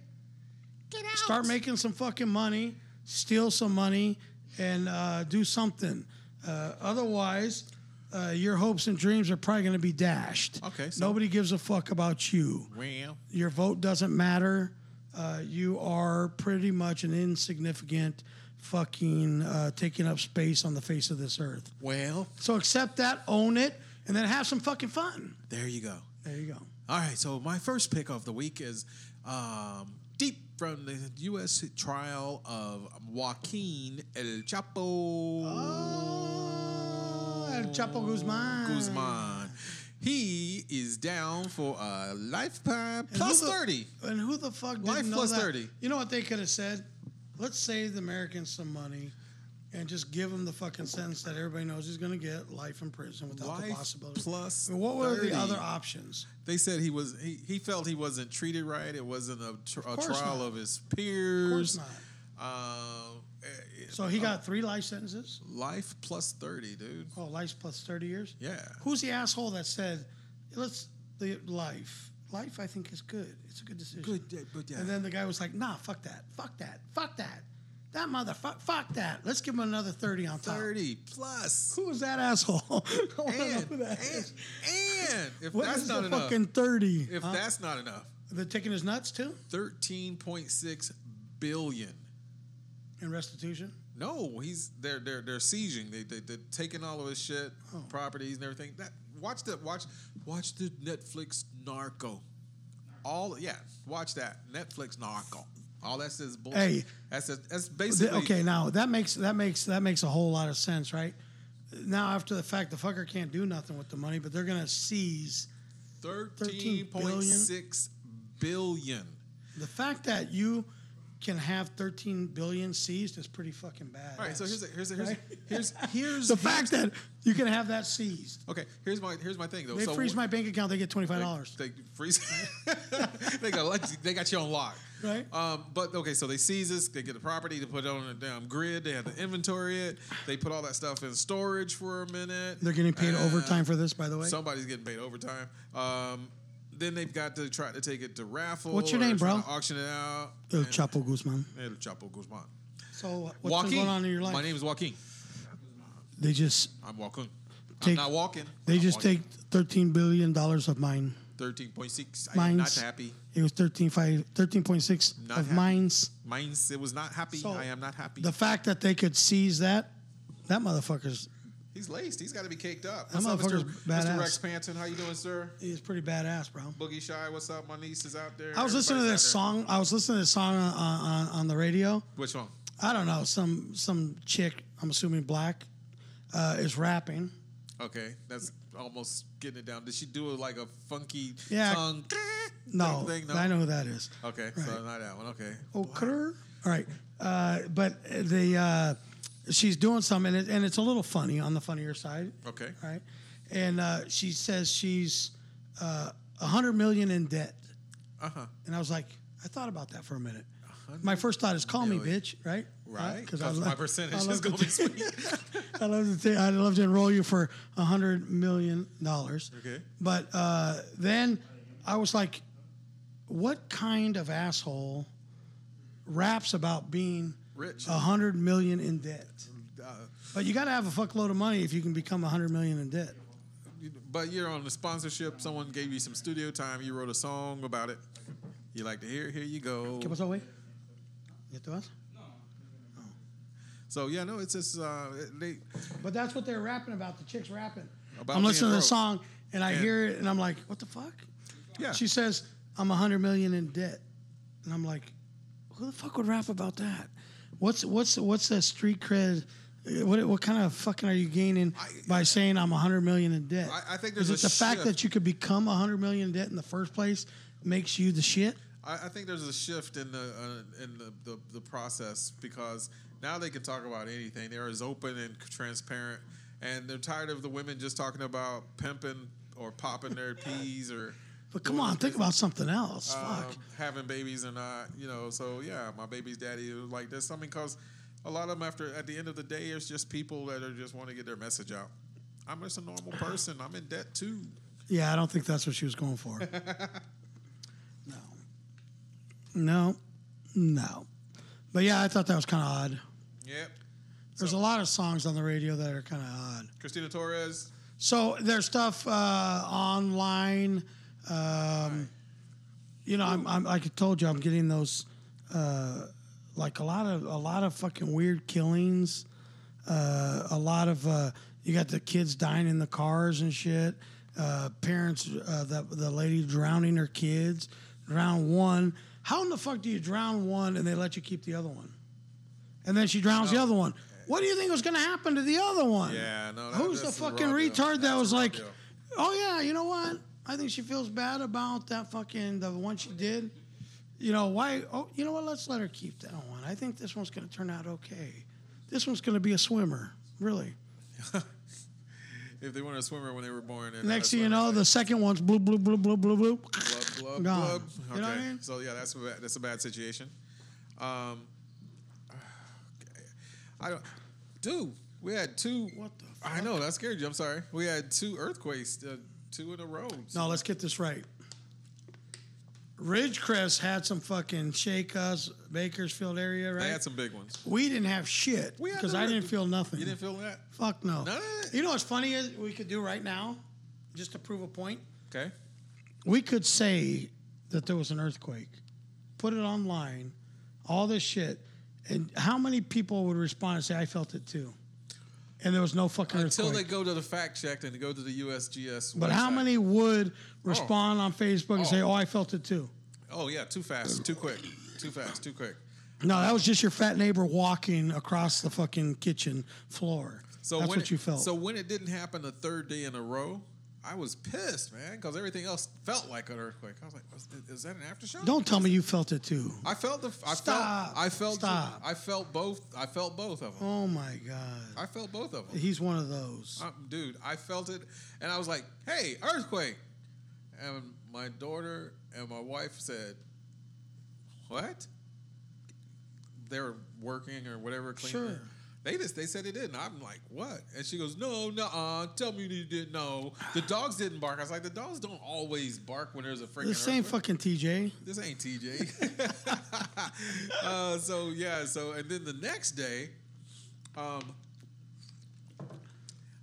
Speaker 3: get out. Start making some fucking money, steal some money, and uh, do something. Uh, otherwise, uh, your hopes and dreams are probably going to be dashed.
Speaker 1: Okay, so-
Speaker 3: Nobody gives a fuck about you
Speaker 1: Well,
Speaker 3: your vote doesn't matter. Uh, you are pretty much an insignificant fucking uh, taking up space on the face of this earth.
Speaker 1: well,
Speaker 3: So accept that, own it, and then have some fucking fun.
Speaker 1: there you go.
Speaker 3: There you go.
Speaker 1: All right, so my first pick of the week is um, deep from the U.S. trial of Joaquin El Chapo.
Speaker 3: Oh, El Chapo Guzman.
Speaker 1: Guzman. He is down for a lifetime
Speaker 3: And who
Speaker 1: plus
Speaker 3: the-
Speaker 1: 30.
Speaker 3: And who the fuck didn't
Speaker 1: Life
Speaker 3: know
Speaker 1: plus
Speaker 3: that?
Speaker 1: 30.
Speaker 3: You know what they could have said? Let's save the Americans some money and just give them the fucking sentence that everybody knows he's going to get, life in prison without the
Speaker 1: Life
Speaker 3: possibility.
Speaker 1: plus
Speaker 3: I mean, what were
Speaker 1: 30.
Speaker 3: the other options?
Speaker 1: They said he was he, he felt he wasn't treated right. It wasn't a, tr- a
Speaker 3: course
Speaker 1: trial
Speaker 3: not.
Speaker 1: of his
Speaker 3: Of course
Speaker 1: peers.
Speaker 3: not.
Speaker 1: Um, eh,
Speaker 3: So he got three life sentences.
Speaker 1: life plus 30, dude.
Speaker 3: Oh, life's plus thirty years.
Speaker 1: Yeah.
Speaker 3: Who's the asshole that said, "Let's the life, life"? I think is good. It's a good decision.
Speaker 1: Good, yeah, but yeah.
Speaker 3: And then the guy was like, "Nah, fuck that, fuck that, fuck that, that motherfucker, fuck that. Let's give him another thirty on top."
Speaker 1: 30 plus.
Speaker 3: Who was that asshole? [laughs] I want to know
Speaker 1: And,
Speaker 3: who
Speaker 1: and,
Speaker 3: that is.
Speaker 1: and if
Speaker 3: What
Speaker 1: that's
Speaker 3: is
Speaker 1: not
Speaker 3: the
Speaker 1: enough,
Speaker 3: fucking thirty?
Speaker 1: if that's not enough,
Speaker 3: They're taking his nuts too
Speaker 1: 13.6 billion.
Speaker 3: in restitution.
Speaker 1: No, he's they're they're they're sieging. They, they they're taking all of his shit,
Speaker 3: Oh.
Speaker 1: properties and everything. That watch the watch watch the Netflix Narco. All yeah, watch that Netflix Narco. All that says bullshit.
Speaker 3: Hey.
Speaker 1: that's a, that's
Speaker 3: Th-
Speaker 1: basically
Speaker 3: okay, now that makes that makes that makes a whole lot of sense, right? Now after the fact, the fucker can't do nothing with the money, but they're gonna seize.
Speaker 1: thirteen point six billion.
Speaker 3: The fact that you can have 13 billion seized is pretty fucking bad.
Speaker 1: All right, so here's a, here's a, here's a, here's
Speaker 3: [laughs]
Speaker 1: here's
Speaker 3: the fact that you can have that seized.
Speaker 1: Okay, here's my here's my thing though.
Speaker 3: They
Speaker 1: so
Speaker 3: freeze my bank account, they get
Speaker 1: They-
Speaker 3: $25.
Speaker 1: They, freeze. [laughs] they got like, they got you on lock.
Speaker 3: Right.
Speaker 1: Um, but okay, so they seize this. They get the property. They put it on a damn grid. They have to inventory it. They put all that stuff in storage for a minute.
Speaker 3: They're getting paid
Speaker 1: Uh,
Speaker 3: overtime for this, by the way.
Speaker 1: Somebody's getting paid overtime. Um, then they've got to try to take it to raffle.
Speaker 3: What's your
Speaker 1: or
Speaker 3: name,
Speaker 1: try
Speaker 3: bro?
Speaker 1: to Auction it out.
Speaker 3: El
Speaker 1: And-
Speaker 3: Chapo Guzman.
Speaker 1: El Chapo Guzman.
Speaker 3: So uh, what's been going on in your life?
Speaker 1: My name is Joaquin.
Speaker 3: they just
Speaker 1: I'm Joaquin. I'm
Speaker 3: Take-
Speaker 1: not walking.
Speaker 3: they
Speaker 1: I'm
Speaker 3: just
Speaker 1: walking.
Speaker 3: take 13 billion dollars of mine.
Speaker 1: 13.6. I'm not
Speaker 3: Mine's
Speaker 1: happy.
Speaker 3: It was 13, 13.6
Speaker 1: Not
Speaker 3: of
Speaker 1: happy.
Speaker 3: mines.
Speaker 1: Mine's, it was not happy.
Speaker 3: So,
Speaker 1: I am not happy.
Speaker 3: The fact that they could seize that, that motherfucker's
Speaker 1: He's laced. He's got to be caked up.
Speaker 3: That
Speaker 1: What's up, Mr.
Speaker 3: motherfucker's
Speaker 1: Mr.
Speaker 3: badass.
Speaker 1: Rex Panton? How you doing, sir?
Speaker 3: is pretty badass, bro.
Speaker 1: Boogie Shy, what's up? My niece is out there.
Speaker 3: I was listening to
Speaker 1: Everybody's
Speaker 3: this
Speaker 1: out
Speaker 3: song. I was listening to this song on, on, on the radio.
Speaker 1: there. Which one?
Speaker 3: I don't know. Some some chick, I'm assuming black, uh, is rapping.
Speaker 1: Okay, that's almost getting it down. Did she do like a funky
Speaker 3: Yeah.
Speaker 1: tongue
Speaker 3: No,
Speaker 1: thing? Oh,
Speaker 3: I know who that is.
Speaker 1: Okay, so not that one. Okay.
Speaker 3: Okay. Oh, All right. Uh, but the uh, she's doing something, and, it, and it's a little funny on the funnier side.
Speaker 1: Okay.
Speaker 3: All right. And uh,
Speaker 1: Uh-huh.
Speaker 3: she says she's uh, 100 million in debt. Uh huh. And I was like, I thought about that for a minute. My first thought is call me
Speaker 1: million.
Speaker 3: bitch, right? Uh,
Speaker 1: Right?
Speaker 3: Because
Speaker 1: Because my percentage [laughs] is going to be sweet.
Speaker 3: I love to think, I'd love to enroll you for a hundred million dollars.
Speaker 1: Okay.
Speaker 3: But uh, then I was like, what kind of asshole raps about being [laughs]
Speaker 1: Rich.
Speaker 3: a hundred million in debt?
Speaker 1: Uh,
Speaker 3: But you got to have a fuckload of money if you can become a hundred million in debt.
Speaker 1: But you're on the sponsorship. Someone gave you some studio time. You wrote a song about it. You like to hear? Here you go.
Speaker 3: ¿Qué pasó, güey? ¿Ya te vas?
Speaker 1: So yeah, no, it's just uh, they.
Speaker 3: But that's what they're rapping about. The chick's rapping.
Speaker 1: About
Speaker 3: I'm listening to
Speaker 1: being
Speaker 3: the
Speaker 1: broke.
Speaker 3: song and I
Speaker 1: Yeah.
Speaker 3: hear it and I'm like, what the fuck?
Speaker 1: Yeah,
Speaker 3: She says, I'm a hundred million in debt. And I'm like, who the fuck would rap about that? What's what's what's that street cred? What, what kind of fucking are you gaining by saying I'm a hundred million in debt?
Speaker 1: I- I think
Speaker 3: is
Speaker 1: there's
Speaker 3: it
Speaker 1: a
Speaker 3: the fact
Speaker 1: shift.
Speaker 3: that you could become a hundred million in debt in the first place makes you the shit?
Speaker 1: I, I think there's a shift in the uh, in the, the the process because now they can talk about anything. They're as open and transparent, and they're tired of the women just talking about pimping or popping
Speaker 3: [laughs]
Speaker 1: their peas or.
Speaker 3: But come on, think about something else.
Speaker 1: um,
Speaker 3: fuck.
Speaker 1: having babies or not, you know. So yeah, my baby's daddy was like this. I mean, cause a lot of them after at the end of the day, it's just people that are just want to get their message out. I'm just
Speaker 3: [sighs]
Speaker 1: a normal person. I'm in debt too.
Speaker 3: Yeah, I don't think that's what she was going for. no. No. No. But yeah, I thought that was kind of odd.
Speaker 1: Yep.
Speaker 3: There's a lot of songs on the radio that are kind of odd.
Speaker 1: Christina Torres.
Speaker 3: So there's stuff uh, online. Um, you know, I'm, I'm like I told you, I'm getting those uh, like a lot of a lot of fucking weird killings. Uh, a lot of uh, you got the kids dying in the cars and shit. Uh, parents, uh, the the lady drowning her kids. Drown one. How in the fuck do you drown one and they let you keep the other one? And then she drowns the other one. What do you think was going to happen to the other one?
Speaker 1: Yeah, no. that-
Speaker 3: Who's the
Speaker 1: that's a raw
Speaker 3: fucking
Speaker 1: deal.
Speaker 3: retard that
Speaker 1: That's a
Speaker 3: was
Speaker 1: raw
Speaker 3: like,
Speaker 1: deal.
Speaker 3: oh yeah, you know what? I think she feels bad about that fucking the one she did. You know why? Oh, you know what? Let's let her keep that one. I think this one's gonna turn out okay. This one's gonna be a swimmer, really.
Speaker 1: if they weren't a swimmer when they were born? and
Speaker 3: Next thing you know, the second one's blue, blue, blue, blue, blue, blue.
Speaker 1: Blub, blub,
Speaker 3: Gone.
Speaker 1: blub.
Speaker 3: You know what I mean?
Speaker 1: So yeah, that's a bad, that's a bad situation. Um, [sighs] I don't, dude. We had two.
Speaker 3: What the fuck?
Speaker 1: I know that scared you. I'm sorry. We had two earthquakes, uh, two in a row.
Speaker 3: No, let's get this right. Ridgecrest had some fucking shakeups, Bakersfield area,
Speaker 1: They
Speaker 3: right?
Speaker 1: had some big ones.
Speaker 3: we didn't have shit
Speaker 1: We had
Speaker 3: because
Speaker 1: no-
Speaker 3: I didn't feel nothing.
Speaker 1: You didn't feel that?
Speaker 3: Fuck no.
Speaker 1: None of it?
Speaker 3: You know what's funny is we could do right now, just to prove a point.
Speaker 1: Okay.
Speaker 3: We could say that there was an earthquake, put it online, all this shit, and how many people would respond and say I felt it too, and there was no fucking
Speaker 1: Until they
Speaker 3: earthquake.
Speaker 1: go to the fact check and go to the USGS.
Speaker 3: but how
Speaker 1: website.
Speaker 3: many would respond on Facebook and say,
Speaker 1: Oh.
Speaker 3: "Oh, I felt it too"?
Speaker 1: Oh yeah, too fast, too quick, too fast, too quick.
Speaker 3: No, that was just your fat neighbor walking across the fucking kitchen floor.
Speaker 1: So
Speaker 3: that's
Speaker 1: when
Speaker 3: what
Speaker 1: it,
Speaker 3: you felt.
Speaker 1: So when it didn't happen the third day in a row, I was pissed, man, because everything else felt like an earthquake. I was like, "Was- is that an aftershock?
Speaker 3: don't tell me you felt it too.
Speaker 1: I felt the. I
Speaker 3: Stop.
Speaker 1: felt. I felt.
Speaker 3: Stop.
Speaker 1: I felt both. I felt both of them.
Speaker 3: Oh my god,
Speaker 1: I felt both of them.
Speaker 3: he's one of those.
Speaker 1: Uh, dude, I felt it, and I was like, "Hey, earthquake!" And my daughter and my wife said, "What?" They were working or whatever, cleaning.
Speaker 3: Sure.
Speaker 1: They just they said it didn't. I'm like, "What?" And she goes, "No, no, uh, tell me you didn't know. The dogs didn't bark." I was like, "The dogs don't always bark when there's a freaking."
Speaker 3: This ain't
Speaker 1: earthquake."
Speaker 3: fucking TJ.
Speaker 1: this ain't TJ. [laughs] uh, so yeah, so and then the next day, um,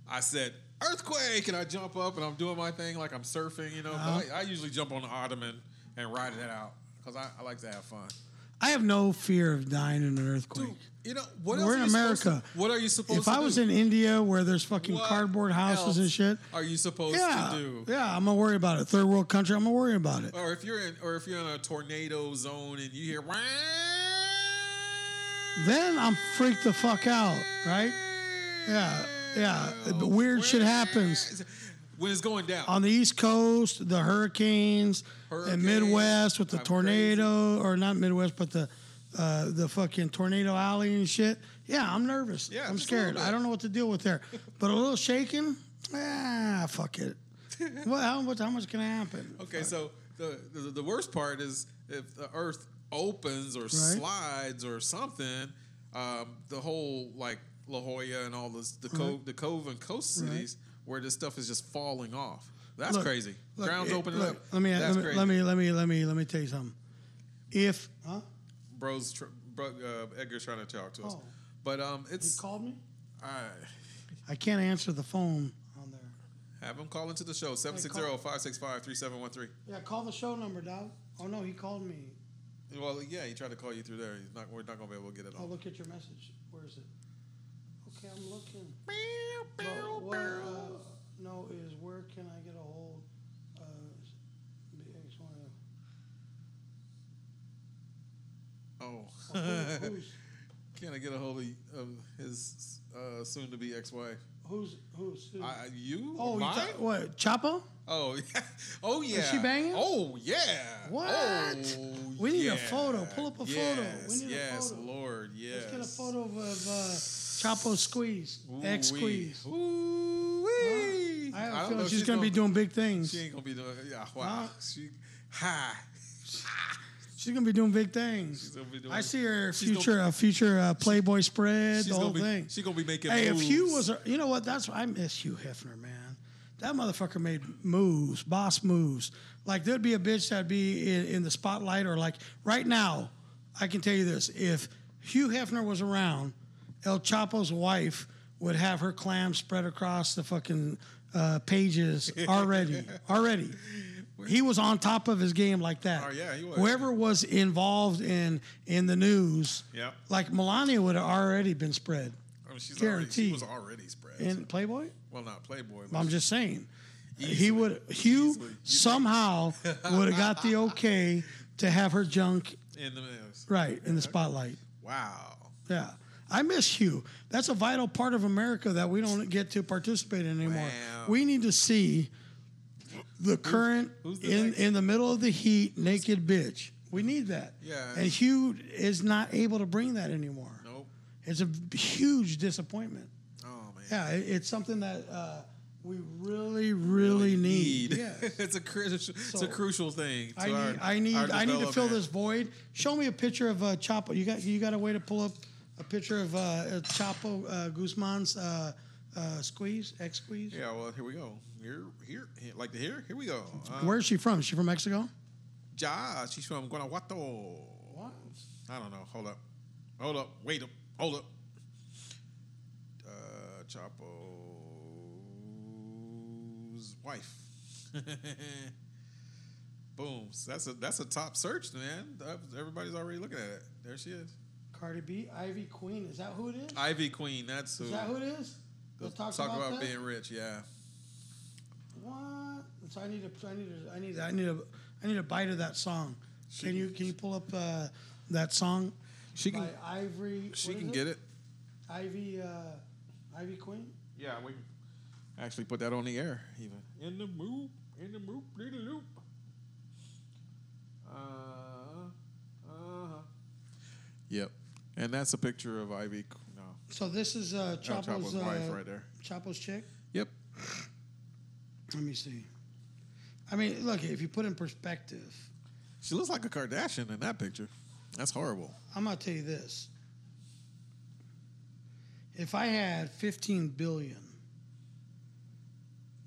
Speaker 1: I said earthquake, and I jump up and I'm doing my thing like I'm surfing, you know.
Speaker 3: Uh-huh.
Speaker 1: But I, I usually jump on the ottoman and ride it out because I, I like to have fun.
Speaker 3: I have no fear of dying in an earthquake.
Speaker 1: Dude, you know what?
Speaker 3: We're
Speaker 1: else are
Speaker 3: in
Speaker 1: you supposed to-
Speaker 3: America.
Speaker 1: what are you supposed?
Speaker 3: if
Speaker 1: to
Speaker 3: I was
Speaker 1: do?
Speaker 3: in India where there's fucking
Speaker 1: What
Speaker 3: cardboard houses
Speaker 1: else
Speaker 3: and shit,
Speaker 1: are you supposed
Speaker 3: yeah,
Speaker 1: to do?
Speaker 3: yeah, I'm gonna worry about it. Third world country, I'm gonna worry about it.
Speaker 1: Or if you're in, or if you're in a tornado zone and you hear,
Speaker 3: Then I'm freaked the fuck out, right? Yeah, yeah. But weird shit happens
Speaker 1: when it's going down.
Speaker 3: on the East Coast, the hurricanes, and
Speaker 1: Hurricanes.
Speaker 3: Midwest with the
Speaker 1: I'm
Speaker 3: tornado, or not Midwest, but the uh, the fucking tornado alley and shit. Yeah, I'm nervous.
Speaker 1: Yeah,
Speaker 3: I'm
Speaker 1: just a little
Speaker 3: scared. I
Speaker 1: bit.
Speaker 3: don't know what to deal with there, but a little
Speaker 1: [laughs]
Speaker 3: shaking. Ah, fuck it. well, how, what, how much can happen?
Speaker 1: okay, so the, the the worst part is if the Earth opens or slides or something, um, the whole like La Jolla and all this, the cove, the cove and coast
Speaker 3: Right.
Speaker 1: cities where this stuff is just falling off. That's
Speaker 3: Look,
Speaker 1: crazy.
Speaker 3: look,
Speaker 1: Ground's
Speaker 3: it-
Speaker 1: opening
Speaker 3: look,
Speaker 1: up.
Speaker 3: Let me,
Speaker 1: That's
Speaker 3: let me,
Speaker 1: crazy.
Speaker 3: let me, let me, let me, let me tell you something. If huh?
Speaker 1: Bro's tr- bro, uh, Edgar's trying to talk to us,
Speaker 3: Oh.
Speaker 1: but um,
Speaker 3: he
Speaker 1: it's
Speaker 3: called me,
Speaker 1: I
Speaker 3: I can't answer the phone on there.
Speaker 1: have him call into the show 760-565-3713.
Speaker 3: Yeah, call the show number, dog. Oh no, he called me.
Speaker 1: Well, yeah, he tried to call you through there. He's not. We're not gonna be able to get it
Speaker 3: Oh,
Speaker 1: on.
Speaker 3: look at your message. Where is it? Okay, I'm looking. But what, uh, no, is where can I get a hold? Uh, BX one
Speaker 1: Oh.
Speaker 3: of-
Speaker 1: [laughs]
Speaker 3: who- who's
Speaker 1: Can I get a hold of, of his uh, soon-to-be ex-wife?
Speaker 3: who's who's? who?
Speaker 1: I, I- you?
Speaker 3: oh, you
Speaker 1: Mine?
Speaker 3: thought- what? Chapo?
Speaker 1: oh, [laughs] yeah. Oh, yeah.
Speaker 3: she banging?
Speaker 1: Oh, yeah.
Speaker 3: What?
Speaker 1: Oh,
Speaker 3: We need a
Speaker 1: yeah.
Speaker 3: photo. Pull up a photo. We
Speaker 1: Yes,
Speaker 3: need a
Speaker 1: yes,
Speaker 3: photo.
Speaker 1: Lord, yes.
Speaker 3: Let's get a photo of uh, Chapo squeeze, ex squeeze.
Speaker 1: Ooh-wee.
Speaker 3: I have a
Speaker 1: don't
Speaker 3: feeling
Speaker 1: know if
Speaker 3: she's gonna be doing big things.
Speaker 1: She ain't gonna be doing. Yeah, wow.
Speaker 3: Huh?
Speaker 1: She hi.
Speaker 3: She's gonna be doing big things.
Speaker 1: She's gonna be doing.
Speaker 3: I see her
Speaker 1: she's gonna
Speaker 3: future, a future uh, Playboy spread,
Speaker 1: She's
Speaker 3: the whole
Speaker 1: gonna be.
Speaker 3: thing.
Speaker 1: She gonna be making.
Speaker 3: Hey,
Speaker 1: moves.
Speaker 3: if Hugh was, a, you know what? That's I miss Hugh Hefner, man. That motherfucker made moves, boss moves. Like there'd be a bitch that'd be in, in the spotlight, or like right now, I can tell you this: if Hugh Hefner was around, El Chapo's wife would have her clams spread across the fucking uh, pages
Speaker 1: [laughs]
Speaker 3: already. already, he was on top of his game like that.
Speaker 1: Oh, yeah, he was.
Speaker 3: Whoever was involved in in the news,
Speaker 1: Yep.
Speaker 3: like Melania would have already been spread.
Speaker 1: I mean, she's already, she
Speaker 3: guaranteed.
Speaker 1: was already spread.
Speaker 3: In Playboy?
Speaker 1: well, not Playboy. but
Speaker 3: I'm just saying. He would Hugh
Speaker 1: Easily. You
Speaker 3: somehow would have got the okay to have her junk
Speaker 1: in the news.
Speaker 3: right
Speaker 1: [laughs]
Speaker 3: in the spotlight.
Speaker 1: Wow.
Speaker 3: Yeah. I miss Hugh. That's a vital part of America that we don't get to participate in anymore.
Speaker 1: Wow.
Speaker 3: We need to see the current
Speaker 1: who's the
Speaker 3: in
Speaker 1: next-
Speaker 3: in the middle of the heat naked bitch. We need that.
Speaker 1: Yeah.
Speaker 3: And Hugh is not able to bring that anymore.
Speaker 1: Nope.
Speaker 3: It's a huge disappointment.
Speaker 1: Oh man.
Speaker 3: Yeah, it, it's something that uh, we really, really need.
Speaker 1: Need.
Speaker 3: Yes.
Speaker 1: [laughs] it's a crucial. it's a
Speaker 3: So,
Speaker 1: crucial thing. To
Speaker 3: I
Speaker 1: our-
Speaker 3: need, I need,
Speaker 1: our
Speaker 3: I need to fill
Speaker 1: development.
Speaker 3: this void. Show me a picture of uh, Chapo. You got, you got a way to pull up a picture of uh, uh, Chapo uh, Guzman's uh, uh, squeeze, ex squeeze.
Speaker 1: Yeah. Well, here we go. Here, here, here like the here. Here we go. Uh,
Speaker 3: Where's she from? Is she from Mexico?
Speaker 1: Ja, she's from Guanajuato. What? I don't know. Hold up. Hold up. Wait up. Hold up. Uh, Chapo's wife. [laughs] Boom. So that's a that's a top search, man. That- Everybody's already looking at it. There she is.
Speaker 3: Cardi B, Ivy Queen. Is that who it is?
Speaker 1: Ivy Queen. That's who.
Speaker 3: Is that who it is?
Speaker 1: Let's
Speaker 3: Let's
Speaker 1: talk, about, being rich. Yeah.
Speaker 3: What? So I need a, I need a, I need, a, I need a, I need a bite of that song. Can you, can you pull up uh, that song?
Speaker 1: She can.
Speaker 3: by Ivory.
Speaker 1: she can get it.
Speaker 3: Ivy, uh, Ivy Queen.
Speaker 1: Yeah, we can actually put that on the air. Even in the moop, in the moop, little loop. Uh, uh. Yep, and that's a picture of Ivy. Qu- No,
Speaker 3: So this is uh,
Speaker 1: no,
Speaker 3: Chapo's, uh,
Speaker 1: wife right there.
Speaker 3: Chapo's chick.
Speaker 1: Yep.
Speaker 3: Let me see. I mean, look, if you put in perspective,
Speaker 1: She looks like a Kardashian in that picture. That's horrible.
Speaker 3: I'm gonna tell you this. If I had 15 billion,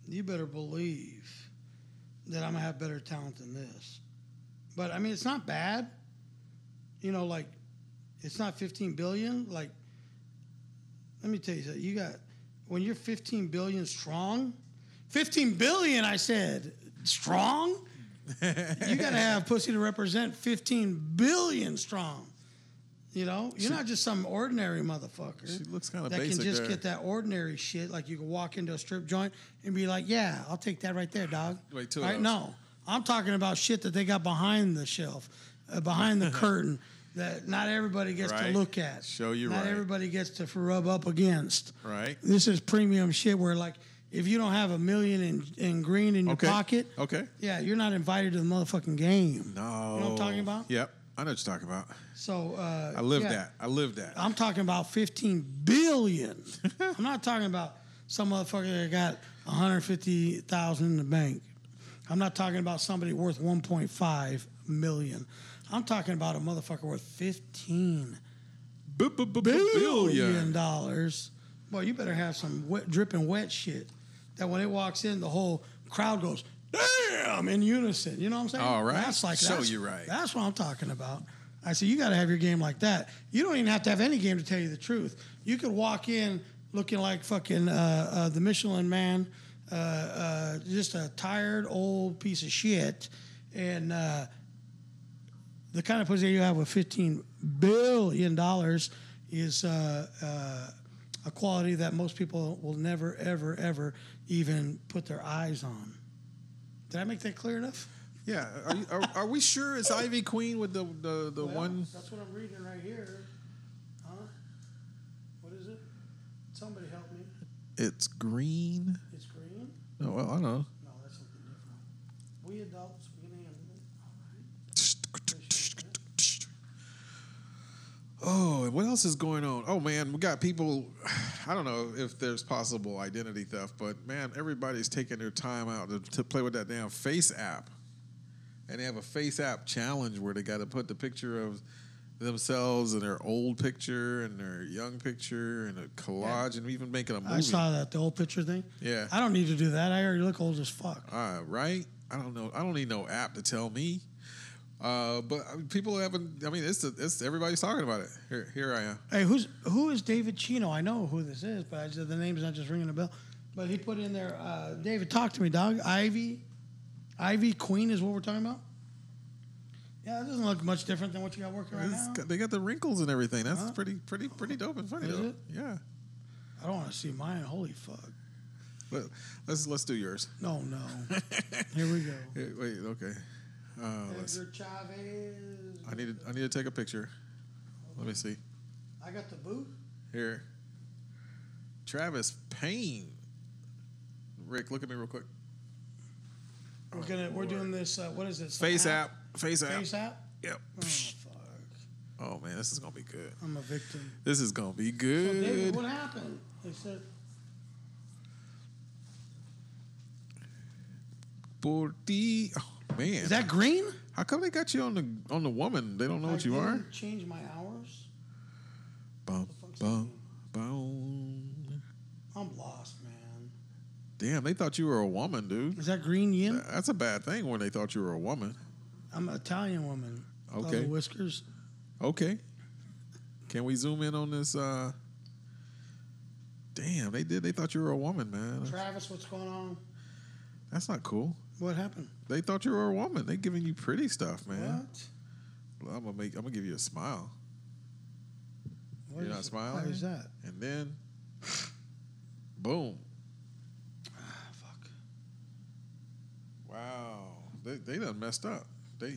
Speaker 3: you better believe that I'm gonna have better talent than this. But I mean, it's not bad. You know, like it's not 15 billion. Like, let me tell you something. You got when you're 15 billion strong. 15 billion, I said strong. you gotta have pussy to represent 15 billion strong. You know, you're not just some ordinary motherfucker
Speaker 1: She looks kind of
Speaker 3: that
Speaker 1: basic
Speaker 3: can just
Speaker 1: there.
Speaker 3: get that ordinary shit. Like you can walk into a strip joint and be like, "Yeah, I'll take that right there, dog."
Speaker 1: Wait, two of
Speaker 3: Right?
Speaker 1: those.
Speaker 3: No, I'm talking about shit that they got behind the shelf, uh, behind
Speaker 1: [laughs]
Speaker 3: the curtain that not everybody gets
Speaker 1: Right.
Speaker 3: to look at.
Speaker 1: Show you
Speaker 3: Not
Speaker 1: right.
Speaker 3: everybody gets to f- rub up against.
Speaker 1: Right.
Speaker 3: This is premium shit. Where like, if you don't have a million in, in green in your
Speaker 1: Okay.
Speaker 3: pocket,
Speaker 1: Okay.
Speaker 3: yeah, you're not invited to the motherfucking game.
Speaker 1: No. You know
Speaker 3: what I'm talking about?
Speaker 1: Oh, Yep. I know what you're talking about.
Speaker 3: So uh,
Speaker 1: I live
Speaker 3: yeah.
Speaker 1: that. I live that.
Speaker 3: I'm talking about 15 billion. [laughs] I'm not talking about some motherfucker that got 150,000 in the bank. I'm not talking about somebody worth 1.5 million. I'm talking about a motherfucker worth 15 billion
Speaker 1: Billion.
Speaker 3: dollars. Boy, you better have some wet, dripping wet shit. That when it walks in, the whole crowd goes damn in unison. You know what I'm saying?
Speaker 1: All right.
Speaker 3: That's like
Speaker 1: So
Speaker 3: that's-
Speaker 1: you're right.
Speaker 3: That's what I'm talking about. I said you got to have your game like that. You don't even have to have any game to tell you the truth. You could walk in looking like fucking uh, uh, the Michelin Man, uh, uh, just a tired old piece of shit, and. Uh, the kind of pussy you have with fifteen billion dollars is uh, uh, a quality that most people will never, ever, ever even put their eyes on. Did I make that clear enough?
Speaker 1: Yeah. Are, you, are, are we sure it's Ivy Queen with the the, the one?
Speaker 3: That's what I'm reading right here. Huh? What is it? Somebody help me.
Speaker 1: It's green.
Speaker 3: It's green.
Speaker 1: Oh, well, I don't
Speaker 3: No,
Speaker 1: know.
Speaker 3: that's something different. We adults, we can handle it.
Speaker 1: Oh, and what else is going on? Oh man, we got people. I don't know if there's possible identity theft, but man, everybody's taking their time out to, to play with that damn face app, and they have a face app challenge where they got to put the picture of themselves and their old picture and their young picture and a collage, and even making a movie.
Speaker 3: I saw that the old picture thing.
Speaker 1: Yeah.
Speaker 3: I don't need to do that. I already look old as fuck.
Speaker 1: uh, right? I don't know. I don't need no app to tell me. Uh, but I mean, people haven't. I mean, it's the, it's everybody's talking about it. Here, here I am.
Speaker 3: Hey, who's who is David Chino? I know who this is, but I just, the name's not just ringing a bell. But he put in there, uh, David, talk to me, dog. Ivy, Ivy Queen is what we're talking about. Yeah, it doesn't look much different than what you got working right
Speaker 1: It's
Speaker 3: now.
Speaker 1: got- they got the wrinkles and everything. That's
Speaker 3: Huh?
Speaker 1: pretty, pretty, pretty dope and funny
Speaker 3: Is
Speaker 1: though.
Speaker 3: it?
Speaker 1: Yeah.
Speaker 3: I don't want to see mine. Holy fuck!
Speaker 1: Let, let's let's do yours.
Speaker 3: No, no. Here
Speaker 1: [laughs]
Speaker 3: we go.
Speaker 1: Eh, Wait. Okay. Uh, let's,
Speaker 3: Edgar Chavez.
Speaker 1: I need to, I need to take a picture. Let me see
Speaker 3: I got the boot.
Speaker 1: here. Travis Payne. Rick, look at me real quick.
Speaker 3: We're gonna. We're doing this. Uh, what is it? Some
Speaker 1: Oh, Face app. Face app.
Speaker 3: Face app.
Speaker 1: Yep.
Speaker 3: Oh fuck!
Speaker 1: Oh man, this is gonna be good.
Speaker 3: I'm a victim.
Speaker 1: This is gonna be
Speaker 3: So,
Speaker 1: good.
Speaker 3: David, what happened? They said.
Speaker 1: Por ti. Oh man,
Speaker 3: Is that green?
Speaker 1: how come they got you on the on the woman? They don't know what
Speaker 3: I
Speaker 1: you
Speaker 3: didn't
Speaker 1: are.
Speaker 3: Change my hours.
Speaker 1: Bum, bum, bum.
Speaker 3: I'm lost, man.
Speaker 1: Damn, they thought you were a woman, dude.
Speaker 3: Is that green yin?
Speaker 1: That's a bad thing when they thought you were a woman.
Speaker 3: I'm an Italian woman. Love
Speaker 1: Okay.
Speaker 3: the whiskers.
Speaker 1: Okay. Can we zoom in on this? Uh... Damn, they did. They thought you were a woman, man.
Speaker 3: Travis, what's going on?
Speaker 1: That's not cool.
Speaker 3: What happened?
Speaker 1: They thought you were a woman. They giving you pretty stuff, man.
Speaker 3: What?
Speaker 1: I'm gonna make. I'm gonna give you a smile,
Speaker 3: What is
Speaker 1: You're not
Speaker 3: it?
Speaker 1: smiling?
Speaker 3: What is that?
Speaker 1: and then, boom.
Speaker 3: Ah, fuck.
Speaker 1: Wow. They they done messed up. They.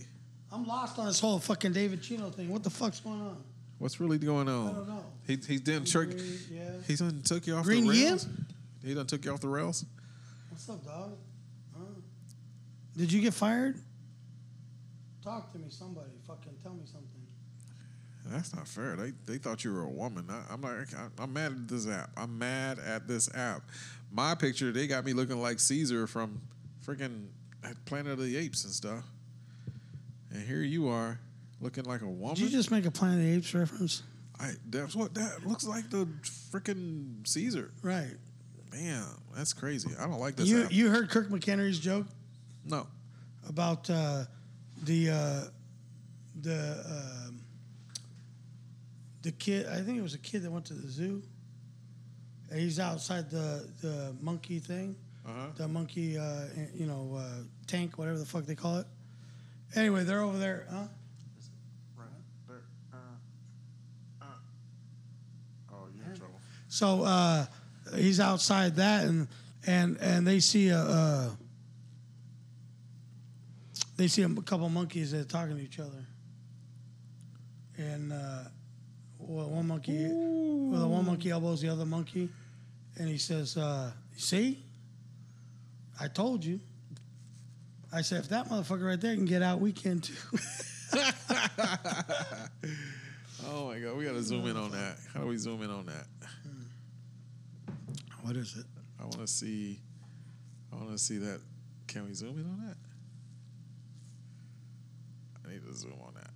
Speaker 3: I'm lost on this whole fucking David Chino thing. What the fuck's going on?
Speaker 1: What's really going on?
Speaker 3: I don't know.
Speaker 1: He he done trick.
Speaker 3: Green, yeah.
Speaker 1: He done took you off
Speaker 3: Green
Speaker 1: the
Speaker 3: yin?
Speaker 1: rails. He done took you off the rails.
Speaker 3: What's up, dog? Huh? Did you get fired? Talk to me, somebody. Fucking tell me something.
Speaker 1: That's not fair. They they thought you were a woman. I, I'm like I- I'm mad at this app. I'm mad at this app. My picture they got me looking like Caesar from freaking Planet of the Apes and stuff. And here you are, looking like a woman.
Speaker 3: Did you just make a Planet of the Apes reference?
Speaker 1: I, that's what that looks like. The freaking Caesar.
Speaker 3: Right.
Speaker 1: Man, that's crazy. I don't like this
Speaker 3: you
Speaker 1: app.
Speaker 3: you heard Kirk McHenry's joke
Speaker 1: no.
Speaker 3: about uh, the uh, the um, the kid. I think it was a kid that went to the zoo. And he's outside the the monkey thing,
Speaker 1: Uh-huh.
Speaker 3: the monkey, uh, you know, uh, tank, whatever the fuck they call it. Anyway, they're over there, huh?
Speaker 1: uh, Oh, you're in trouble.
Speaker 3: So uh, he's outside that, and and and they see a uh, they see a couple monkeys that are talking to each other, and uh, well, one monkey, well, the one monkey elbows the other monkey, and he says, uh, "See, I told you." I said, "If that motherfucker right there can get out, we can too." [laughs]
Speaker 1: Oh my god, we gotta zoom in on that. How do we zoom in on that?
Speaker 3: what is it?
Speaker 1: I want to see. I want to see that. Can we zoom in on that? the zoom on that.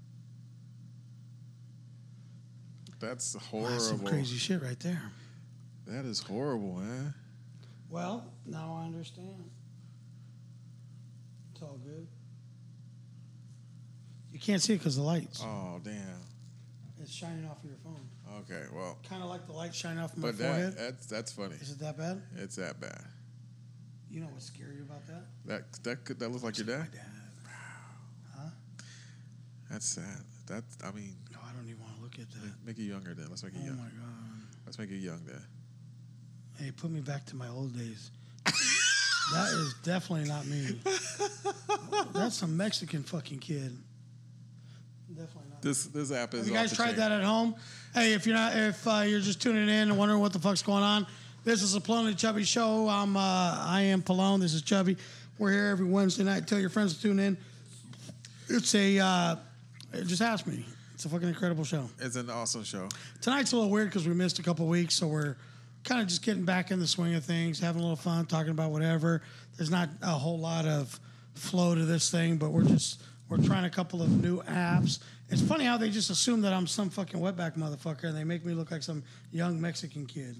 Speaker 1: That's horrible.
Speaker 3: That's some crazy shit right there.
Speaker 1: That is horrible, man.
Speaker 3: Well, now I understand. It's all good. You can't see it because the lights.
Speaker 1: Oh damn.
Speaker 3: It's shining off of your phone.
Speaker 1: Okay, well,
Speaker 3: Kind of like the light shining off my
Speaker 1: but
Speaker 3: forehead.
Speaker 1: that, uh, that's that's funny.
Speaker 3: Is it that bad?
Speaker 1: It's that bad.
Speaker 3: You know what's scary about that?
Speaker 1: That that could that looks like your dad.
Speaker 3: My dad.
Speaker 1: That's sad. That I mean,
Speaker 3: No, I don't even want to look at that.
Speaker 1: make it younger, Dad. Let's make it
Speaker 3: Oh
Speaker 1: young.
Speaker 3: my god.
Speaker 1: Let's make it young, Dad.
Speaker 3: Hey, put me back to my old days. that is definitely not [laughs] me. That's some Mexican fucking kid. Definitely not.
Speaker 1: This this app is.
Speaker 3: Have you
Speaker 1: off
Speaker 3: guys
Speaker 1: the
Speaker 3: tried
Speaker 1: chain.
Speaker 3: that at home? Hey, if you're not, if uh, you're just tuning in and wondering what the fuck's going on, this is the Palone and Chubby Show. I'm, uh, I am Palone. This is Chubby. We're here every Wednesday night. Tell your friends to tune in. It's a, uh, just ask me. It's a fucking incredible show.
Speaker 1: It's an awesome show.
Speaker 3: Tonight's a little weird because we missed a couple weeks, so we're kind of just getting back in the swing of things, having a little fun, talking about whatever. There's not a whole lot of flow to this thing, but we're just we're trying a couple of new apps. It's funny how they just assume that I'm some fucking wetback motherfucker, and they make me look like some young Mexican kid,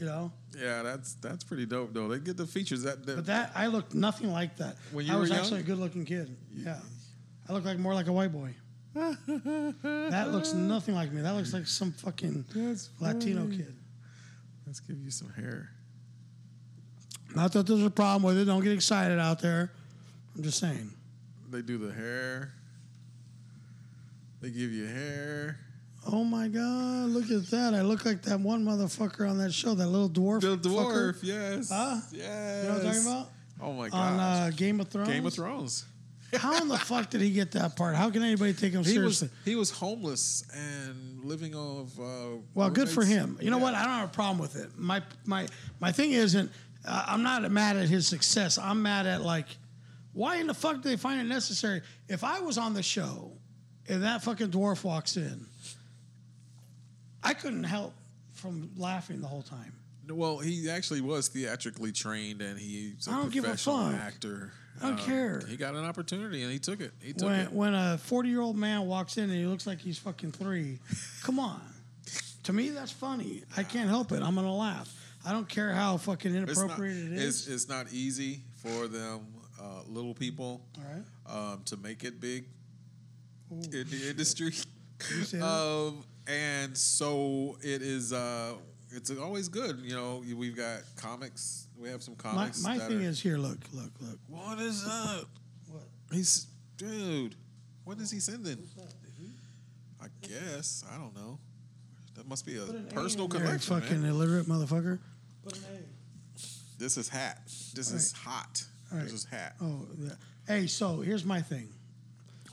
Speaker 3: you know.
Speaker 1: Yeah, that's that's pretty dope though. They get the features that. that
Speaker 3: But that I looked nothing like that.
Speaker 1: When you
Speaker 3: I
Speaker 1: were
Speaker 3: was
Speaker 1: young?
Speaker 3: actually a good-looking kid. Yeah, I look like more like a white
Speaker 1: [laughs]
Speaker 3: boy. that looks nothing like me. That looks like some fucking
Speaker 1: That's
Speaker 3: Latino
Speaker 1: funny.
Speaker 3: kid.
Speaker 1: Let's give you some hair.
Speaker 3: Not that there's a problem with it. Don't get excited out there. I'm just saying.
Speaker 1: They do the hair. They give you hair.
Speaker 3: Oh my God! Look at that! I look like that one motherfucker on that show, that little dwarf.
Speaker 1: The
Speaker 3: fucker.
Speaker 1: dwarf, yes,
Speaker 3: Huh?
Speaker 1: yes.
Speaker 3: You know what I'm talking about?
Speaker 1: Oh my
Speaker 3: On
Speaker 1: gosh.
Speaker 3: uh, Game of Thrones.
Speaker 1: Game of Thrones.
Speaker 3: How in the fuck did he get that part? How can anybody take him
Speaker 1: He was
Speaker 3: seriously?
Speaker 1: he was homeless and living off. Uh,
Speaker 3: Well, good for
Speaker 1: roommates.
Speaker 3: him. You know
Speaker 1: Yeah.
Speaker 3: what? I don't have a problem with it. My my my thing isn't. Uh, I'm not mad at his success. I'm mad at like, why in the fuck do they find it necessary? If I was on the show, and that fucking dwarf walks in, I couldn't help from laughing the whole time.
Speaker 1: Well, he actually was theatrically trained, and he's a
Speaker 3: I don't give a
Speaker 1: professional
Speaker 3: fuck.
Speaker 1: actor. Um,
Speaker 3: I don't care.
Speaker 1: He got an opportunity, and he took it. He took
Speaker 3: When
Speaker 1: it.
Speaker 3: when a 40 year old man walks in and he looks like he's fucking three, come on. To me, that's funny. I can't help it. I'm gonna laugh. I don't care how fucking
Speaker 1: It's not,
Speaker 3: inappropriate it is.
Speaker 1: It's, it's not easy for them uh, little people
Speaker 3: All right.
Speaker 1: um, to make it big
Speaker 3: Ooh,
Speaker 1: in the industry.
Speaker 3: you say that?
Speaker 1: Um, and so it is. Uh, it's always good, you know. We've got comics. We have some
Speaker 3: My,
Speaker 1: comics.
Speaker 3: my
Speaker 1: that
Speaker 3: thing
Speaker 1: are-
Speaker 3: is here. Look, look, look.
Speaker 1: what is up?
Speaker 3: What?
Speaker 1: He's dude. What is he sending? I guess I don't know. That must be a
Speaker 3: Put an A
Speaker 1: personal
Speaker 3: in there, you
Speaker 1: connection.
Speaker 3: Fucking uh,
Speaker 1: man.
Speaker 3: illiterate motherfucker.
Speaker 1: This is hot. This is hot.
Speaker 3: All right.
Speaker 1: This is hot.
Speaker 3: Oh, yeah. hey. So here's my thing.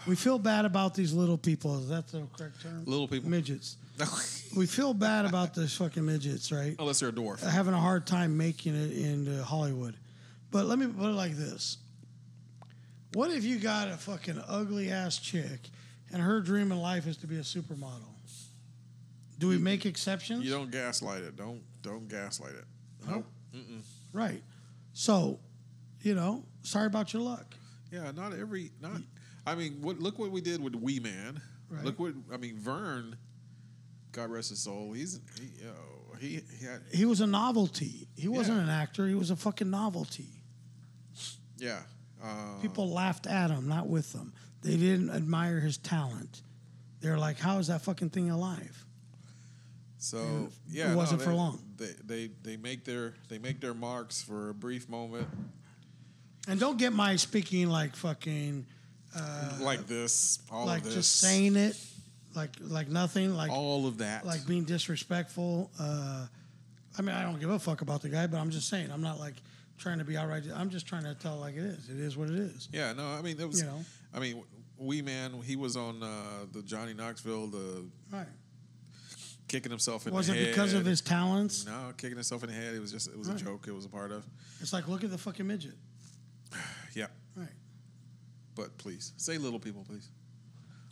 Speaker 3: We feel bad about these little people. Is that the correct term?
Speaker 1: Little people.
Speaker 3: Midgets. We feel bad about those fucking midgets, right?
Speaker 1: [laughs] Unless they're a dwarf.
Speaker 3: having a hard time making it into Hollywood. But let me put it like this: What if you got a fucking ugly ass chick, and her dream in life is to be a supermodel? Do we make exceptions?
Speaker 1: You don't gaslight it. Don't don't gaslight it. Nope.
Speaker 3: Right. So, you know, sorry about your luck.
Speaker 1: Yeah, not every not. I mean, what look what we did with Wee Man.
Speaker 3: Right.
Speaker 1: Look what I mean. Vern, God rest his soul. He's he, oh, he, he had,
Speaker 3: He was a novelty. He wasn't an actor. He was a fucking novelty.
Speaker 1: yeah. Uh,
Speaker 3: People laughed at him, not with him. They didn't admire his talent. They're like, how is that fucking thing alive?
Speaker 1: So
Speaker 3: And
Speaker 1: yeah,
Speaker 3: it
Speaker 1: no,
Speaker 3: wasn't
Speaker 1: they,
Speaker 3: for long.
Speaker 1: They, they they make their they make their marks for a brief moment
Speaker 3: And don't get my speaking like fucking uh,
Speaker 1: like this, all
Speaker 3: like
Speaker 1: of this,
Speaker 3: just saying it, like like nothing, like
Speaker 1: all of that.
Speaker 3: like being disrespectful. Uh, I mean, I don't give a fuck about the guy, but I'm just saying, I'm not like trying to be outright. I'm just trying to tell like it is. It is what it is.
Speaker 1: yeah, no, I mean it was.
Speaker 3: You know.
Speaker 1: I mean, Wee Man, he was on uh, the Johnny Knoxville, the
Speaker 3: Right?
Speaker 1: kicking himself in
Speaker 3: Was
Speaker 1: the
Speaker 3: it
Speaker 1: head.
Speaker 3: because of his talents?
Speaker 1: No, kicking himself in the head. It was just it was
Speaker 3: Right.
Speaker 1: a joke. It was a part of.
Speaker 3: It's like look at the fucking midget.
Speaker 1: Yeah,
Speaker 3: Right?
Speaker 1: but please say little people, please.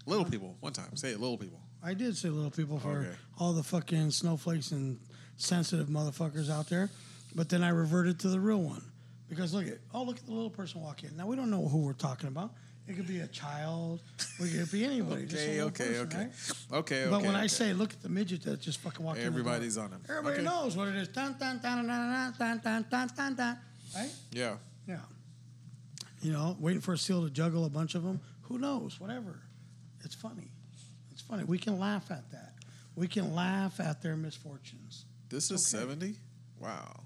Speaker 1: Little people, one time. Say it, little people.
Speaker 3: I did say little people for
Speaker 1: Okay.
Speaker 3: all the fucking snowflakes and sensitive motherfuckers out there, but then I reverted to the real one because look at oh look at the little person walk in. Now we don't know who we're talking about. It could be a child. or It could be anybody. just a
Speaker 1: Okay,
Speaker 3: little
Speaker 1: okay,
Speaker 3: person,
Speaker 1: okay.
Speaker 3: right?
Speaker 1: okay, okay.
Speaker 3: But when I
Speaker 1: okay.
Speaker 3: say look at the midget that just fucking walked
Speaker 1: Everybody's
Speaker 3: in
Speaker 1: on him.
Speaker 3: the door, everybody
Speaker 1: Okay.
Speaker 3: knows what it is. Dun, dun, dun, dun, dun, dun, dun, dun, dun, dun. Right?
Speaker 1: yeah,
Speaker 3: Yeah. You know, waiting for a seal to juggle a bunch of them. Who knows? Whatever. It's funny. It's funny. We can laugh at that. We can laugh at their misfortunes.
Speaker 1: this is
Speaker 3: okay.
Speaker 1: seventy. Wow.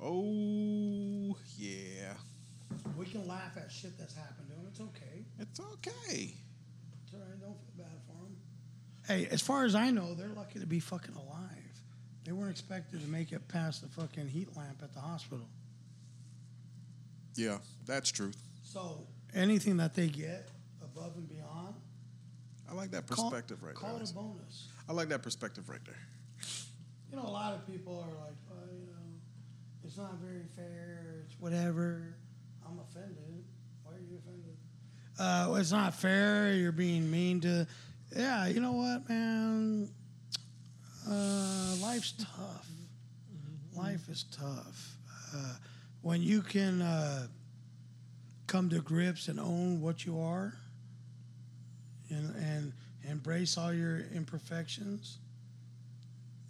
Speaker 1: Oh yeah,
Speaker 3: We can laugh at shit that's happened to them. It's okay.
Speaker 1: it's okay.
Speaker 3: It's all right. Don't feel bad for them. Hey, as far as I know, they're lucky to be fucking alive. They weren't expected to make it past the fucking heat lamp at the hospital.
Speaker 1: Yeah, that's true.
Speaker 3: So anything that they get above and beyond,
Speaker 1: I like that
Speaker 3: call-
Speaker 1: perspective right
Speaker 3: call
Speaker 1: there.
Speaker 3: it a bonus.
Speaker 1: I like that perspective right there.
Speaker 3: you know, a lot of people are like, well, you know, it's not very fair. It's whatever. I'm offended. Why are you offended? Uh, well, it's not fair. You're being mean to. Yeah, you know what, man? Uh, life's tough. Life is tough. Uh, when you can uh, come to grips and own what you are, and, and embrace all your imperfections.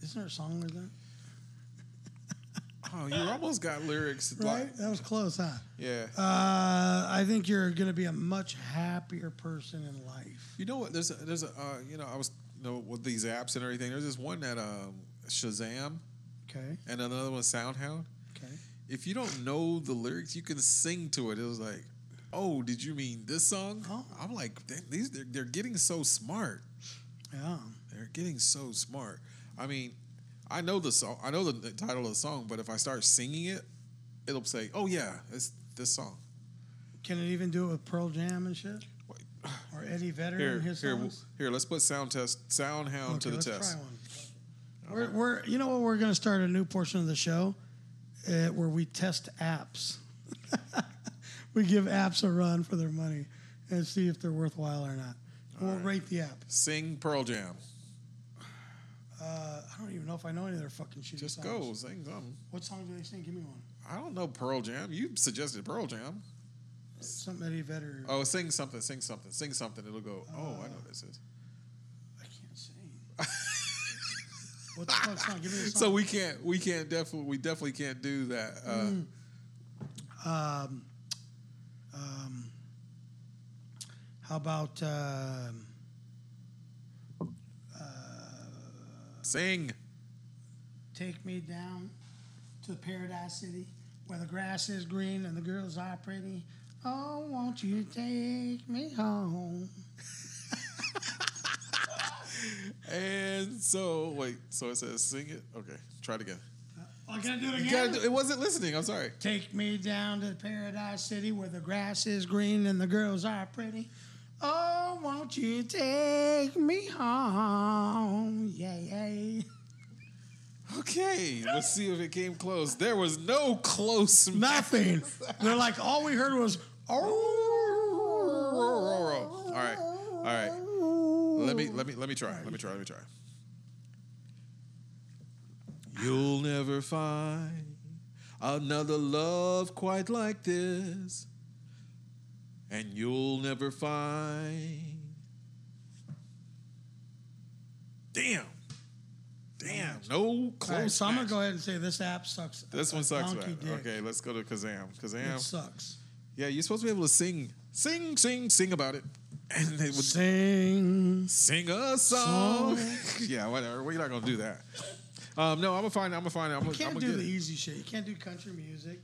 Speaker 3: Isn't there a song like that?
Speaker 1: Oh, you almost got lyrics.
Speaker 3: Right?
Speaker 1: Like,
Speaker 3: That was close, huh?
Speaker 1: yeah.
Speaker 3: Uh, I think you're going to be a much happier person in life.
Speaker 1: You know what? There's a, there's a uh, you know I was you know with these apps and everything. There's this one that um, Shazam
Speaker 3: Okay.
Speaker 1: and another one SoundHound.
Speaker 3: Okay.
Speaker 1: If you don't know the lyrics, you can sing to it. It was like, oh, did you mean this song?
Speaker 3: Oh.
Speaker 1: I'm like, "Damn, these they're, they're getting so smart.
Speaker 3: Yeah.
Speaker 1: They're getting so smart. I mean, I know the song. I know the, the title of the song, but if I start singing it, it'll say, oh yeah, it's this song.
Speaker 3: Can it even do it with Pearl Jam and shit? Or Eddie Vedder
Speaker 1: Here,
Speaker 3: and his
Speaker 1: here,
Speaker 3: songs?
Speaker 1: here. Let's put sound test, SoundHound to the
Speaker 3: let's
Speaker 1: test.
Speaker 3: Try one. We're, we're, you know what? We're going to start a new portion of the show uh, where we test apps. [laughs] we give apps a run for their money and see if they're worthwhile or not. And we'll rate the app.
Speaker 1: Sing Pearl Jam.
Speaker 3: Uh, I don't even know if I know any of their fucking shitty
Speaker 1: Just
Speaker 3: songs.
Speaker 1: go sing something.
Speaker 3: What song do they sing? Give me one.
Speaker 1: I don't know Pearl Jam. You suggested Pearl Jam.
Speaker 3: Something Eddie Vedder.
Speaker 1: Oh, sing something, sing something, sing something. It'll go. Oh, I know this is.
Speaker 3: Uh, I can't sing. what the fuck song? Give me a song.
Speaker 1: [laughs] So we can't, we can't definitely, we definitely can't do that. Uh,
Speaker 3: Mm. How about um,
Speaker 1: Sing.
Speaker 3: Take Me Down to Paradise City, where the grass is green and the girls are pretty? Oh, won't you take me home?
Speaker 1: And so wait, so it says sing it. Okay, try it again.
Speaker 3: Oh, I gotta do it
Speaker 1: You gotta do- it wasn't listening. I'm sorry.
Speaker 3: Take me down to Paradise City, where the grass is green and the girls are pretty. Oh, won't you take me home? Yeah, yeah.
Speaker 1: Okay, let's see if it came close. There was no close.
Speaker 3: Nothing. They're like, all we heard was, oh.
Speaker 1: All right, all right. Let me let me let me try. Let me try. Let me try. You'll never find another love quite like this, and you'll never find. Damn, damn, no close.
Speaker 3: All right, so I'm gonna
Speaker 1: match.
Speaker 3: go ahead and say this app sucks.
Speaker 1: This one sucks
Speaker 3: Donkey
Speaker 1: bad.
Speaker 3: dick.
Speaker 1: Okay, let's go to Kazam.
Speaker 3: It
Speaker 1: Kazam.
Speaker 3: sucks.
Speaker 1: Yeah, you're supposed to be able to sing, sing, sing, sing about it, and they would
Speaker 3: Sing.
Speaker 1: sing a song. [laughs] yeah, whatever. We're not gonna do that. Um, no, I'm gonna find. I'm gonna find. I'm
Speaker 3: You
Speaker 1: gonna, I'm
Speaker 3: can't
Speaker 1: gonna
Speaker 3: do
Speaker 1: get
Speaker 3: the e-
Speaker 1: it.
Speaker 3: easy shit. You can't do country music.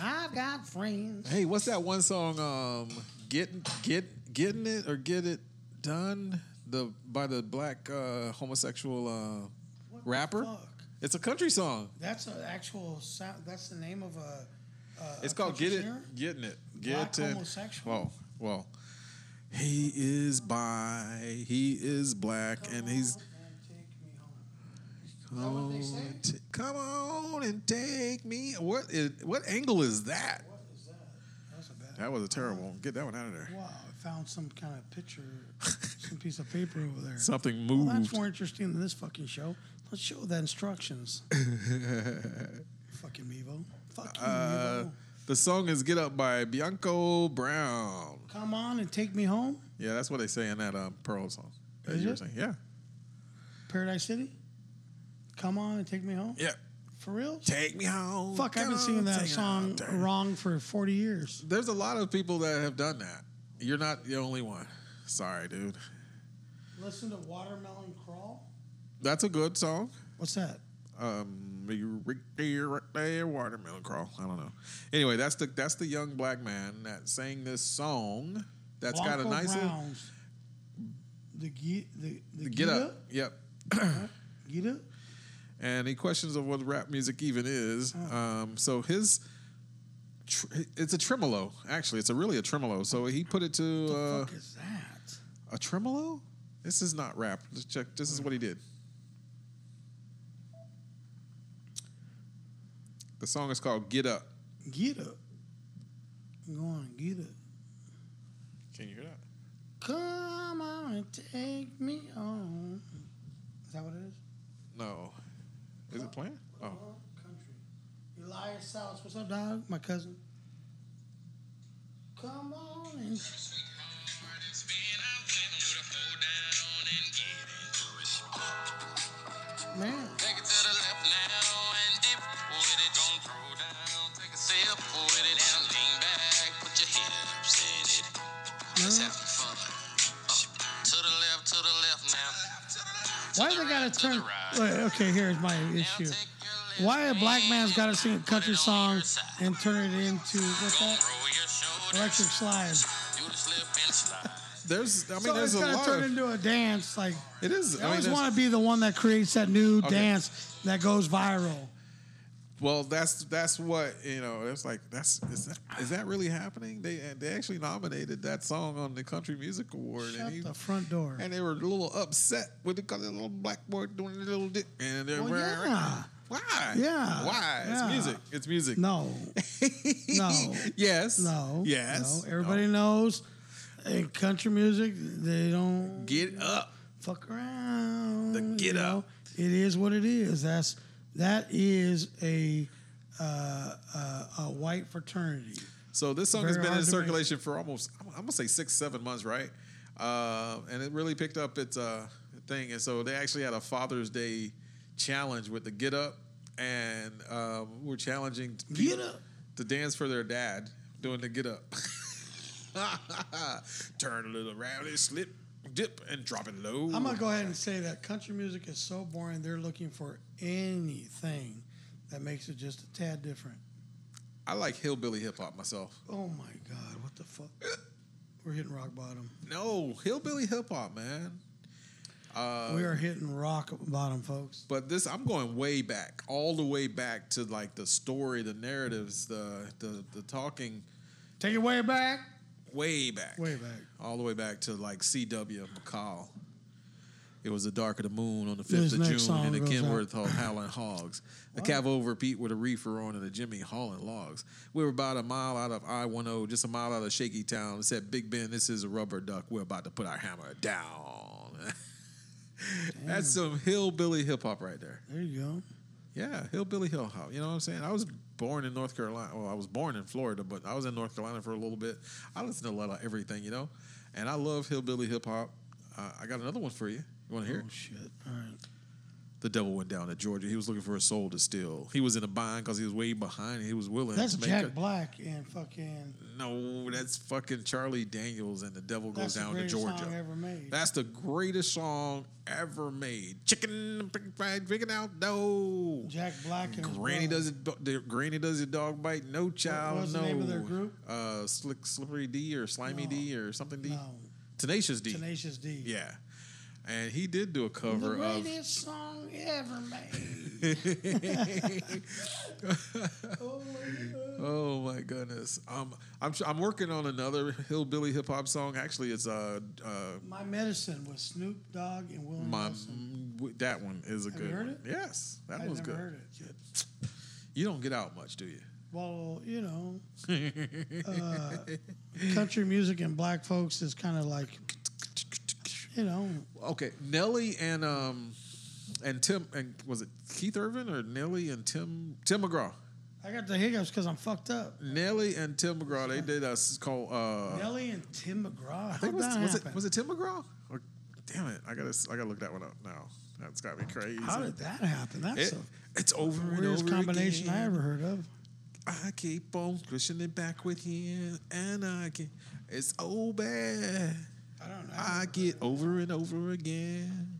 Speaker 3: I've got friends.
Speaker 1: Hey, what's that one song? Um, get get getting it or get it done. The by the black uh, homosexual uh,
Speaker 3: What the
Speaker 1: rapper.
Speaker 3: fuck?
Speaker 1: It's a country song.
Speaker 3: That's an actual sound. That's the name of a. a
Speaker 1: It's
Speaker 3: a
Speaker 1: called
Speaker 3: country
Speaker 1: Get It,
Speaker 3: singer?
Speaker 1: Getting It,
Speaker 3: Black
Speaker 1: Getting.
Speaker 3: homosexual?
Speaker 1: Well, well, he is bi, he is black, and he's
Speaker 3: And take me home.
Speaker 1: come
Speaker 3: that what they
Speaker 1: on,
Speaker 3: say?
Speaker 1: and t- come on and take me. What is what angle is that?
Speaker 3: What is that? That's a bad.
Speaker 1: That was a terrible one. Get that one out of there.
Speaker 3: Wow! I found some kind of picture, some piece of paper over there.
Speaker 1: Something
Speaker 3: Well, that's
Speaker 1: moved.
Speaker 3: more interesting than this fucking show. Let's
Speaker 1: [laughs]
Speaker 3: show the instructions. fucking Mevo. Fucking Mevo.
Speaker 1: Uh, The song is "Get Up" by Bianco Brown.
Speaker 3: Come on and take me home,
Speaker 1: Yeah, that's what they say in that um, Pearl song. That
Speaker 3: Is
Speaker 1: you were
Speaker 3: it?
Speaker 1: saying. Yeah,
Speaker 3: Paradise City. Come on and take me home.
Speaker 1: yeah.
Speaker 3: For real?
Speaker 1: Take me home.
Speaker 3: Fuck, I've been
Speaker 1: Come
Speaker 3: singing that
Speaker 1: take me
Speaker 3: song
Speaker 1: home, take me-
Speaker 3: wrong for 40 years.
Speaker 1: There's a lot of people that have done that. You're not the only one. Sorry, dude.
Speaker 3: Listen to Watermelon Crawl.
Speaker 1: That's a good song.
Speaker 3: What's that?
Speaker 1: um you right there, right there, watermelon crawl. I don't know. Anyway, that's the that's the young black man that sang this song. That's got a
Speaker 3: Blanco
Speaker 1: nice little
Speaker 3: Brown's The, Gi- the, the
Speaker 1: get up. Yep.
Speaker 3: Get up.
Speaker 1: And he questions of what rap music even is. Um, so his tr- it's a tremolo. Actually, it's a really a tremolo. So he put it to uh,
Speaker 3: Fuck is that?
Speaker 1: a tremolo. This is not rap. Let's check. This is what he did. The song is called "Get Up."
Speaker 3: Get up. Go on, get up.
Speaker 1: Can you hear that?
Speaker 3: Come on and take me home. Is that what it is?
Speaker 1: No. Is it playing? Oh.
Speaker 3: Country. Elias Salas, what's up, dog? My cousin. Come on and man. Why do they gotta turn? Wait, okay, here's my issue. Why a black man's gotta sing a country song and turn it into what's that? Electric slide.
Speaker 1: There's, I mean,
Speaker 3: so
Speaker 1: there's
Speaker 3: it's
Speaker 1: a
Speaker 3: gonna
Speaker 1: lot
Speaker 3: turn
Speaker 1: of.
Speaker 3: into a dance. Like
Speaker 1: it is.
Speaker 3: I,
Speaker 1: I mean,
Speaker 3: always
Speaker 1: there's-
Speaker 3: want to be the one that creates that new
Speaker 1: Okay.
Speaker 3: dance that goes viral.
Speaker 1: well, that's that's what you know. It's like that's is that is that really happening? They they actually nominated that song on the Country Music Award,
Speaker 3: Shut
Speaker 1: and he,
Speaker 3: the front door.
Speaker 1: and they were a little upset with the 'cause the little black boy doing a little dick. And they're
Speaker 3: Well, yeah.
Speaker 1: why?
Speaker 3: Yeah.
Speaker 1: why?
Speaker 3: Yeah.
Speaker 1: It's music. It's music. [laughs]
Speaker 3: No, No.
Speaker 1: yes.
Speaker 3: no,
Speaker 1: Yes.
Speaker 3: No. Everybody knows in country music they don't
Speaker 1: Get up.
Speaker 3: fuck around.
Speaker 1: The
Speaker 3: you
Speaker 1: get
Speaker 3: know? It is what it is. That's that is a uh, uh, a white fraternity.
Speaker 1: So this song
Speaker 3: Very
Speaker 1: has been in
Speaker 3: hard to make.
Speaker 1: circulation for almost I'm, I'm gonna say six, seven months, right? Uh, and it really picked up its uh, thing. And so they actually had a Father's Day challenge with the Get Up, and um, we're challenging t-
Speaker 3: Get
Speaker 1: people
Speaker 3: up.
Speaker 1: to dance for their dad doing the Get Up. [laughs] Turn a little round and slip, dip, and drop it low.
Speaker 3: I'm gonna go ahead and say that country music is so boring. They're looking for anything that makes it just a tad different.
Speaker 1: I like hillbilly hip hop myself.
Speaker 3: Oh my God! What the fuck? We're hitting rock bottom.
Speaker 1: No, hillbilly hip hop, man. Uh,
Speaker 3: we are hitting rock bottom, folks.
Speaker 1: But this, I'm going way back, all the way back to like the story, the narratives, the the, the talking,
Speaker 3: Take it way back.
Speaker 1: way back,
Speaker 3: Way back.
Speaker 1: all the way back to like C.W. McCall. It was the dark of the moon on the
Speaker 3: This
Speaker 1: fifth of
Speaker 3: next
Speaker 1: June
Speaker 3: song
Speaker 1: in the
Speaker 3: goes out.
Speaker 1: Kenworth Hall Howlin' Hogs. A cab over Pete with a reefer on and a Jimmy hauling logs. We were about a mile out of I one oh, just a mile out of Shaky Town. It said Big Ben, this is a rubber duck. We're about to put our hammer down. [laughs] That's some hillbilly hip hop right there.
Speaker 3: There you go.
Speaker 1: Yeah, hillbilly hill hop. You know what I'm saying? I was born in North Carolina. Well, I was born in Florida, but I was in North Carolina for a little bit. I listen to a lot of everything, you know, and I love hillbilly hip hop. Uh, I got another one for you. You want to hear?
Speaker 3: Oh
Speaker 1: it?
Speaker 3: shit! All right.
Speaker 1: The devil went down to Georgia. He was looking for a soul to steal. He was in a bind because he was way behind. and He was willing.
Speaker 3: That's
Speaker 1: to make
Speaker 3: Jack
Speaker 1: a-
Speaker 3: Black and fucking.
Speaker 1: no, that's fucking Charlie Daniels and the devil goes
Speaker 3: That's
Speaker 1: down
Speaker 3: the
Speaker 1: to
Speaker 3: greatest
Speaker 1: Georgia.
Speaker 3: song ever made.
Speaker 1: That's the greatest song ever made. Chicken, fried, chicken out, no.
Speaker 3: Jack Black and his
Speaker 1: Granny
Speaker 3: brother.
Speaker 1: does it. do- the- Granny does it. Dog bite. No child.
Speaker 3: was
Speaker 1: no.
Speaker 3: the name of their group?
Speaker 1: Uh, slick, slippery D or slimy
Speaker 3: No.
Speaker 1: D or something D.
Speaker 3: No,
Speaker 1: Tenacious D.
Speaker 3: Tenacious D.
Speaker 1: Yeah, and he did do a
Speaker 3: The
Speaker 1: cover of.
Speaker 3: greatest song ever made.
Speaker 1: [laughs]
Speaker 3: [laughs]
Speaker 1: Oh my goodness. Um, I'm tr- I'm working on another hillbilly hip hop song. Actually, it's uh, uh
Speaker 3: My medicine was Snoop Dogg and Willie
Speaker 1: my
Speaker 3: Nelson.
Speaker 1: w- that one is a
Speaker 3: Have you
Speaker 1: good
Speaker 3: heard
Speaker 1: one.
Speaker 3: it?
Speaker 1: Yes, that
Speaker 3: I
Speaker 1: one's
Speaker 3: never
Speaker 1: good.
Speaker 3: heard it.
Speaker 1: You don't get out much, do you?
Speaker 3: Well, you
Speaker 1: [laughs]
Speaker 3: know, uh, country music and black folks is kind of like, you know,
Speaker 1: Okay, Nelly and um and Tim and was it Keith Irvin or Nelly and Tim Tim McGraw?
Speaker 3: I got the hiccups because I'm fucked up.
Speaker 1: Nelly and Tim McGraw, they did a s- called. Uh,
Speaker 3: Nelly and Tim McGraw.
Speaker 1: I think it was,
Speaker 3: that
Speaker 1: was
Speaker 3: happen?
Speaker 1: it was it Tim McGraw? Or, damn it! I gotta s- I gotta look that one up now. That's got me crazy.
Speaker 3: How did that happen? That's
Speaker 1: It-
Speaker 3: the
Speaker 1: it's over and
Speaker 3: weirdest
Speaker 1: over
Speaker 3: combination I
Speaker 1: again.
Speaker 3: ever heard of.
Speaker 1: I keep on pushing it back with him, and I can. It's oh bad.
Speaker 3: I don't know.
Speaker 1: I get over and over again.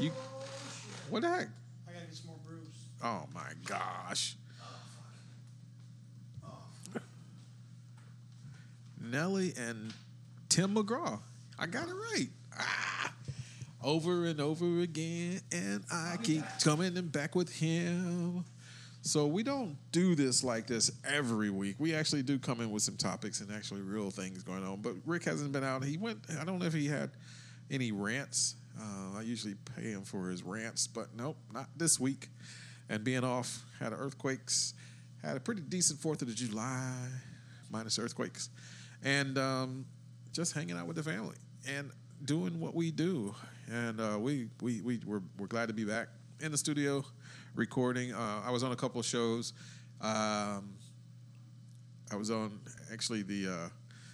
Speaker 1: You, what the heck?
Speaker 3: I gotta get some more brews.
Speaker 1: Oh my gosh. Nelly and Tim McGraw. I got it right. Ah. Over and over again, and I keep coming and back with him. So we don't do this like this every week. We actually do come in with some topics and actually real things going on. But Rick hasn't been out. He went. I don't know if he had any rants. Uh, I usually pay him for his rants, but nope, not this week. And being off, had earthquakes, had a pretty decent Fourth of July, minus earthquakes, and um, just hanging out with the family and doing what we do. And uh, we we we we're, we're glad to be back in the studio recording. Uh, I was on a couple of shows. Um, I was on actually the uh,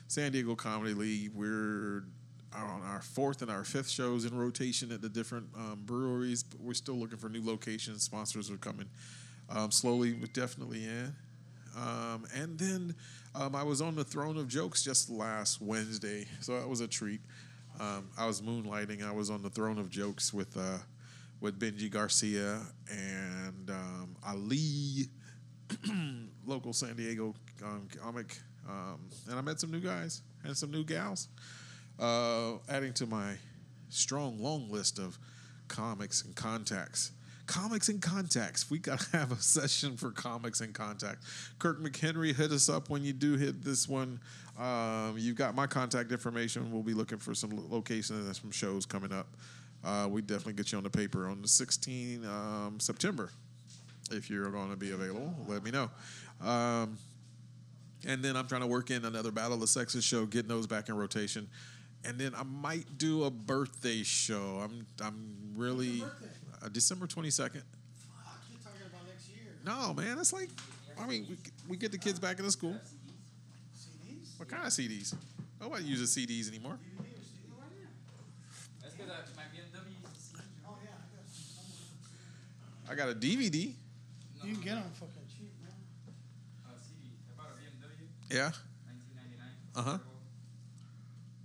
Speaker 1: San Diego Comedy League. We're on our fourth and our fifth shows in rotation at the different um, breweries. But we're still looking for new locations. Sponsors are coming um, slowly, but definitely in. Um, and then um, I was on the Throne of Jokes just last Wednesday, so that was a treat. Um, I was moonlighting. I was on the Throne of Jokes with uh, with Benji Garcia and um, Ali local San Diego um, comic, um, and I met some new guys and some new gals, uh, adding to my strong, long list of comics and contacts. Comics and contacts. We gotta [laughs] have a session for comics and contacts. Kirk McHenry, hit us up when you do hit this one. Um, you've got my contact information. We'll be looking for some lo- locations and some shows coming up. Uh, we definitely get you on the paper on the 16th um, September if you're going to be available, let me know. Um, and then I'm trying to work in another Battle of the Sexes show, getting those back in rotation. And then I might do a birthday show. I'm I'm really uh, December 22nd.
Speaker 3: You're talking about next year.
Speaker 1: No, man, that's like, I mean, we, we get the kids back into school.
Speaker 3: CDs?
Speaker 1: What kind of CDs? Nobody uses CDs anymore.
Speaker 5: That's because my BMW used to see you.
Speaker 3: Oh yeah, I guess.
Speaker 1: I got a DVD.
Speaker 3: You can get them fucking cheap, man.
Speaker 5: Uh, CD. I bought a BMW,
Speaker 1: Yeah.
Speaker 5: 1999.
Speaker 1: Uh-huh.
Speaker 5: Turbo.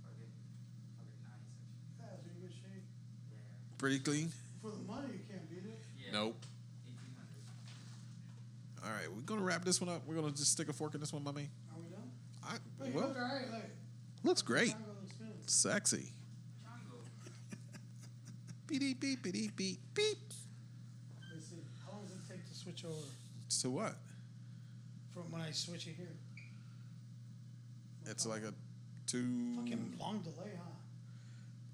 Speaker 5: Fucking, fucking nice.
Speaker 3: Yeah, it's in good shape.
Speaker 1: Pretty clean.
Speaker 3: For the money, you can't beat it.
Speaker 5: Yeah,
Speaker 1: Nope.
Speaker 5: 1800.
Speaker 1: All right, we're gonna wrap this one up. We're gonna just stick a fork in this one, mommy.
Speaker 3: Are we done?
Speaker 1: I,
Speaker 3: Look, you
Speaker 1: well,
Speaker 3: look all right. Look.
Speaker 1: looks great.
Speaker 3: Chicago looks good.
Speaker 1: Sexy.
Speaker 5: Chango.
Speaker 1: Beep, beep, beep, beep, beep, beep.
Speaker 3: Let's see. How long does it take to switch over
Speaker 1: So what?
Speaker 3: from when I switch it here?
Speaker 1: It's like a two.
Speaker 3: Fucking long delay, huh?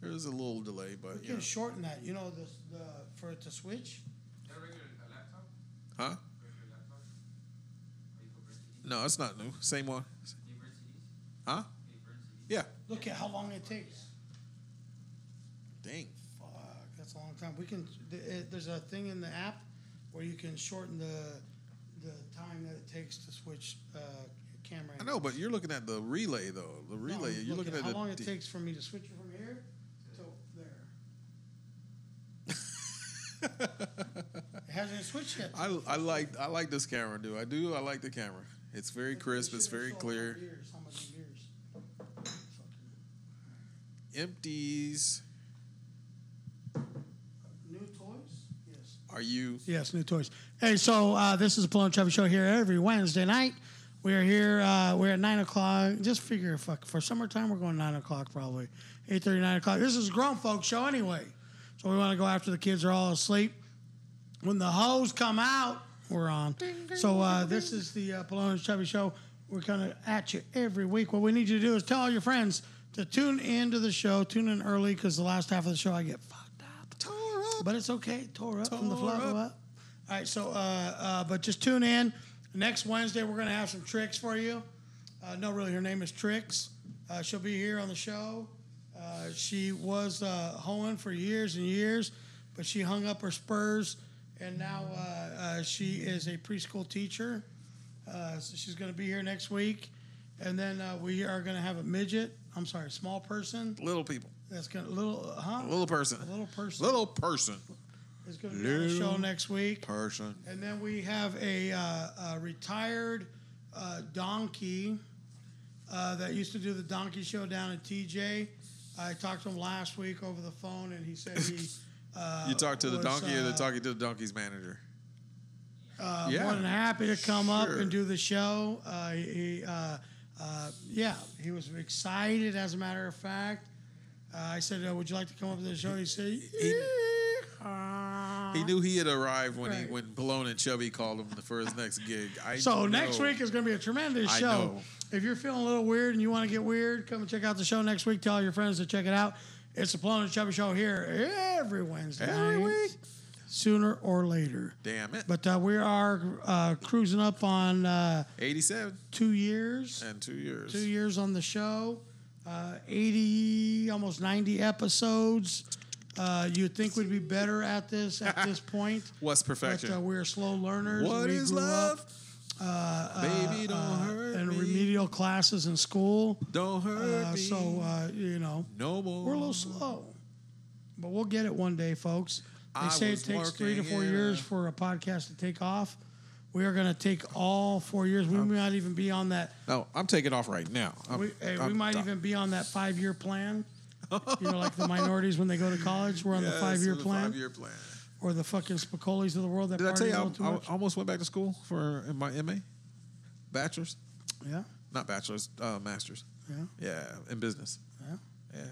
Speaker 1: There's a little delay, but
Speaker 3: We
Speaker 1: you know.
Speaker 3: can shorten that. You know, the, the for it to switch.
Speaker 5: Is that a regular a laptop?
Speaker 1: huh?
Speaker 5: Regular laptop? Or you put burn CDs?
Speaker 1: No, it's not new. Same one,
Speaker 5: Do you burn CDs?
Speaker 1: huh?
Speaker 5: Do you burn CDs?
Speaker 1: Yeah.
Speaker 3: Look at how long it takes.
Speaker 1: Dang.
Speaker 3: Fuck, that's a long time. We can. th- eh, There's a thing in the app where you can shorten the the time that it takes to switch uh, camera.
Speaker 1: I know, but you're looking at the relay though. The
Speaker 3: No, I'm
Speaker 1: relay. you're looking at
Speaker 3: how
Speaker 1: the,
Speaker 3: long it
Speaker 1: the-
Speaker 3: takes for me to switch it from here to there.
Speaker 1: [laughs]
Speaker 3: It hasn't switched yet.
Speaker 1: I, I like I like this camera, dude. I do. I like the camera. It's very
Speaker 3: It- it
Speaker 1: crisp. It's
Speaker 3: should've
Speaker 1: very
Speaker 3: showed
Speaker 1: clear.
Speaker 3: my Years, how much years? Fucking
Speaker 1: Empties.
Speaker 3: new toys? Yes.
Speaker 1: Are you?
Speaker 3: Yes, new toys. Hey, so uh, this is the Blown Trevor Show here every Wednesday night. We're here. Uh, we're at nine o'clock. Just figure, fuck, for summertime, we're going nine o'clock probably, eight thirty, nine o'clock. This is a grown folk show anyway, so we want to go after the kids are all asleep. When the hoes come out, we're on. So uh, this is the uh, Bologna Chubby Show. We're coming at you every week. What we need you to do is tell all your friends to tune into the show. Tune in early because the last half of the show I get fucked up. But it's okay. Tore up from the
Speaker 1: Tore
Speaker 3: floor
Speaker 1: up.
Speaker 3: up. All right. So, uh, uh, but just tune in. Next Wednesday, we're going to have some tricks for you. Uh, no, really, her name is Tricks. Uh, she'll be here on the show. Uh, she was uh, hoeing for years and years, but she hung up her spurs and now uh, uh, she is a preschool teacher. Uh, so she's going to be here next week, and then uh, we are going to have a midget. I'm sorry, small person.
Speaker 1: Little people.
Speaker 3: That's going to little uh, huh?
Speaker 1: Little person.
Speaker 3: A little person
Speaker 1: Little person.
Speaker 3: is going to be on the show
Speaker 1: Little
Speaker 3: next week.
Speaker 1: Person.
Speaker 3: And then we have a, uh, a retired uh, donkey uh, that used to do the donkey show down at TJ. I talked to him last week over the phone, and he said he. Uh,
Speaker 1: You talk to the
Speaker 3: was,
Speaker 1: donkey or the
Speaker 3: uh,
Speaker 1: talking to the donkey's manager.
Speaker 3: Uh,
Speaker 1: [laughs] Yeah.
Speaker 3: More than happy to come up
Speaker 1: Sure.
Speaker 3: and do the show. Uh, he, uh, uh, yeah, he was excited. As a matter of fact, uh, I said, uh, "Would you like to come up to the show?" He said, "Yeah."
Speaker 1: He knew he had arrived when
Speaker 3: Uh-huh. Right.
Speaker 1: he when Balone and Chubby called him for his next gig. I
Speaker 3: So
Speaker 1: know.
Speaker 3: next week is going to be a tremendous
Speaker 1: I
Speaker 3: show.
Speaker 1: know.
Speaker 3: If you're feeling a little weird and you want to get weird, come and check out the show next week. Tell all your friends to check it out. It's the Plone and Chubby Show here every Wednesday.
Speaker 1: Every
Speaker 3: night,
Speaker 1: week.
Speaker 3: Sooner or later.
Speaker 1: Damn it.
Speaker 3: But uh, we are uh, cruising up on uh,
Speaker 1: 87
Speaker 3: two years.
Speaker 1: and two years.
Speaker 3: Two years on the show. Uh, 80, almost 90 episodes. Uh, you'd think we'd be better at this at this point.
Speaker 1: What's
Speaker 3: But
Speaker 1: perfection?
Speaker 3: uh, we're slow learners.
Speaker 1: what
Speaker 3: we
Speaker 1: is
Speaker 3: grew
Speaker 1: love?
Speaker 3: Up. uh,
Speaker 1: Baby, don't hurt
Speaker 3: and
Speaker 1: me.
Speaker 3: remedial classes in school.
Speaker 1: don't hurt
Speaker 3: Uh,
Speaker 1: me.
Speaker 3: so uh, you know,
Speaker 1: no more.
Speaker 3: we're a little slow, but we'll get it one day, folks. They
Speaker 1: I
Speaker 3: say it
Speaker 1: was
Speaker 3: takes three to
Speaker 1: working
Speaker 3: four
Speaker 1: in
Speaker 3: years
Speaker 1: a-
Speaker 3: for a podcast to take off. We are going to take all four years. We may not even be on that.
Speaker 1: No, I'm taking off right now. I'm-
Speaker 3: We, hey, we
Speaker 1: I'm
Speaker 3: might
Speaker 1: done.
Speaker 3: even be on that five-year
Speaker 1: [laughs]
Speaker 3: plan. you know, like the minorities when they go to college, we're on
Speaker 1: Yes,
Speaker 3: the five-year
Speaker 1: with a
Speaker 3: plan,
Speaker 1: Five-year plan.
Speaker 3: or the fucking Spicolis of the world that
Speaker 1: Did I
Speaker 3: party a
Speaker 1: tell
Speaker 3: little
Speaker 1: you
Speaker 3: too
Speaker 1: I, I
Speaker 3: much.
Speaker 1: almost went back to school for my MA, bachelor's,
Speaker 3: yeah,
Speaker 1: not bachelor's, uh, master's.
Speaker 3: yeah,
Speaker 1: Yeah, in business.
Speaker 3: yeah.
Speaker 1: Yeah,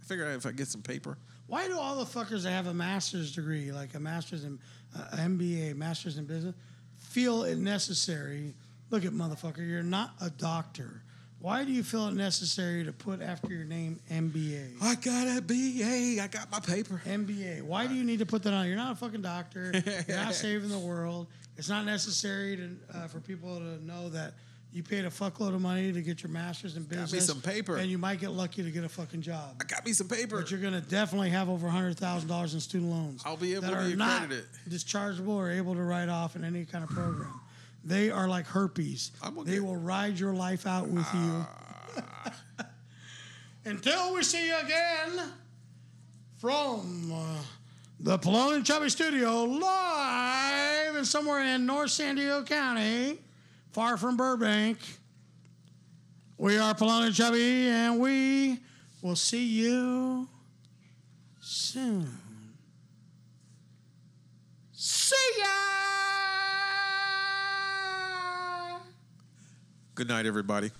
Speaker 1: I figure if I get some paper,
Speaker 3: Why do all the fuckers that have a master's degree, like a master's in uh, MBA, master's in business, feel it necessary? Look at motherfucker, you're not a doctor. Why do you feel it necessary to put after your name MBA?
Speaker 1: I got a BA. I got my paper.
Speaker 3: MBA. Why do you need to put that on? You're not a fucking doctor. You're
Speaker 1: [laughs]
Speaker 3: not saving the world. It's not necessary to, uh, for people to know that you paid a fuckload of money to get your master's in
Speaker 1: me
Speaker 3: business.
Speaker 1: some paper.
Speaker 3: And you might get lucky to get a fucking job.
Speaker 1: I got me some paper.
Speaker 3: But you're going to definitely have over hundred thousand dollars in student loans.
Speaker 1: I'll be able
Speaker 3: that
Speaker 1: to
Speaker 3: are
Speaker 1: be
Speaker 3: not
Speaker 1: accredited.
Speaker 3: dischargeable or able to write off in any kind of program. They are like herpes.
Speaker 1: I'm gonna
Speaker 3: They
Speaker 1: get- Ah.
Speaker 3: will ride your life out with you. [laughs] Until we see you again from uh, the Palone and Chubby Studio, live and somewhere in North San Diego County, far from Burbank. We are Palone and Chubby, and we will see you soon. See ya!
Speaker 1: Good night, everybody.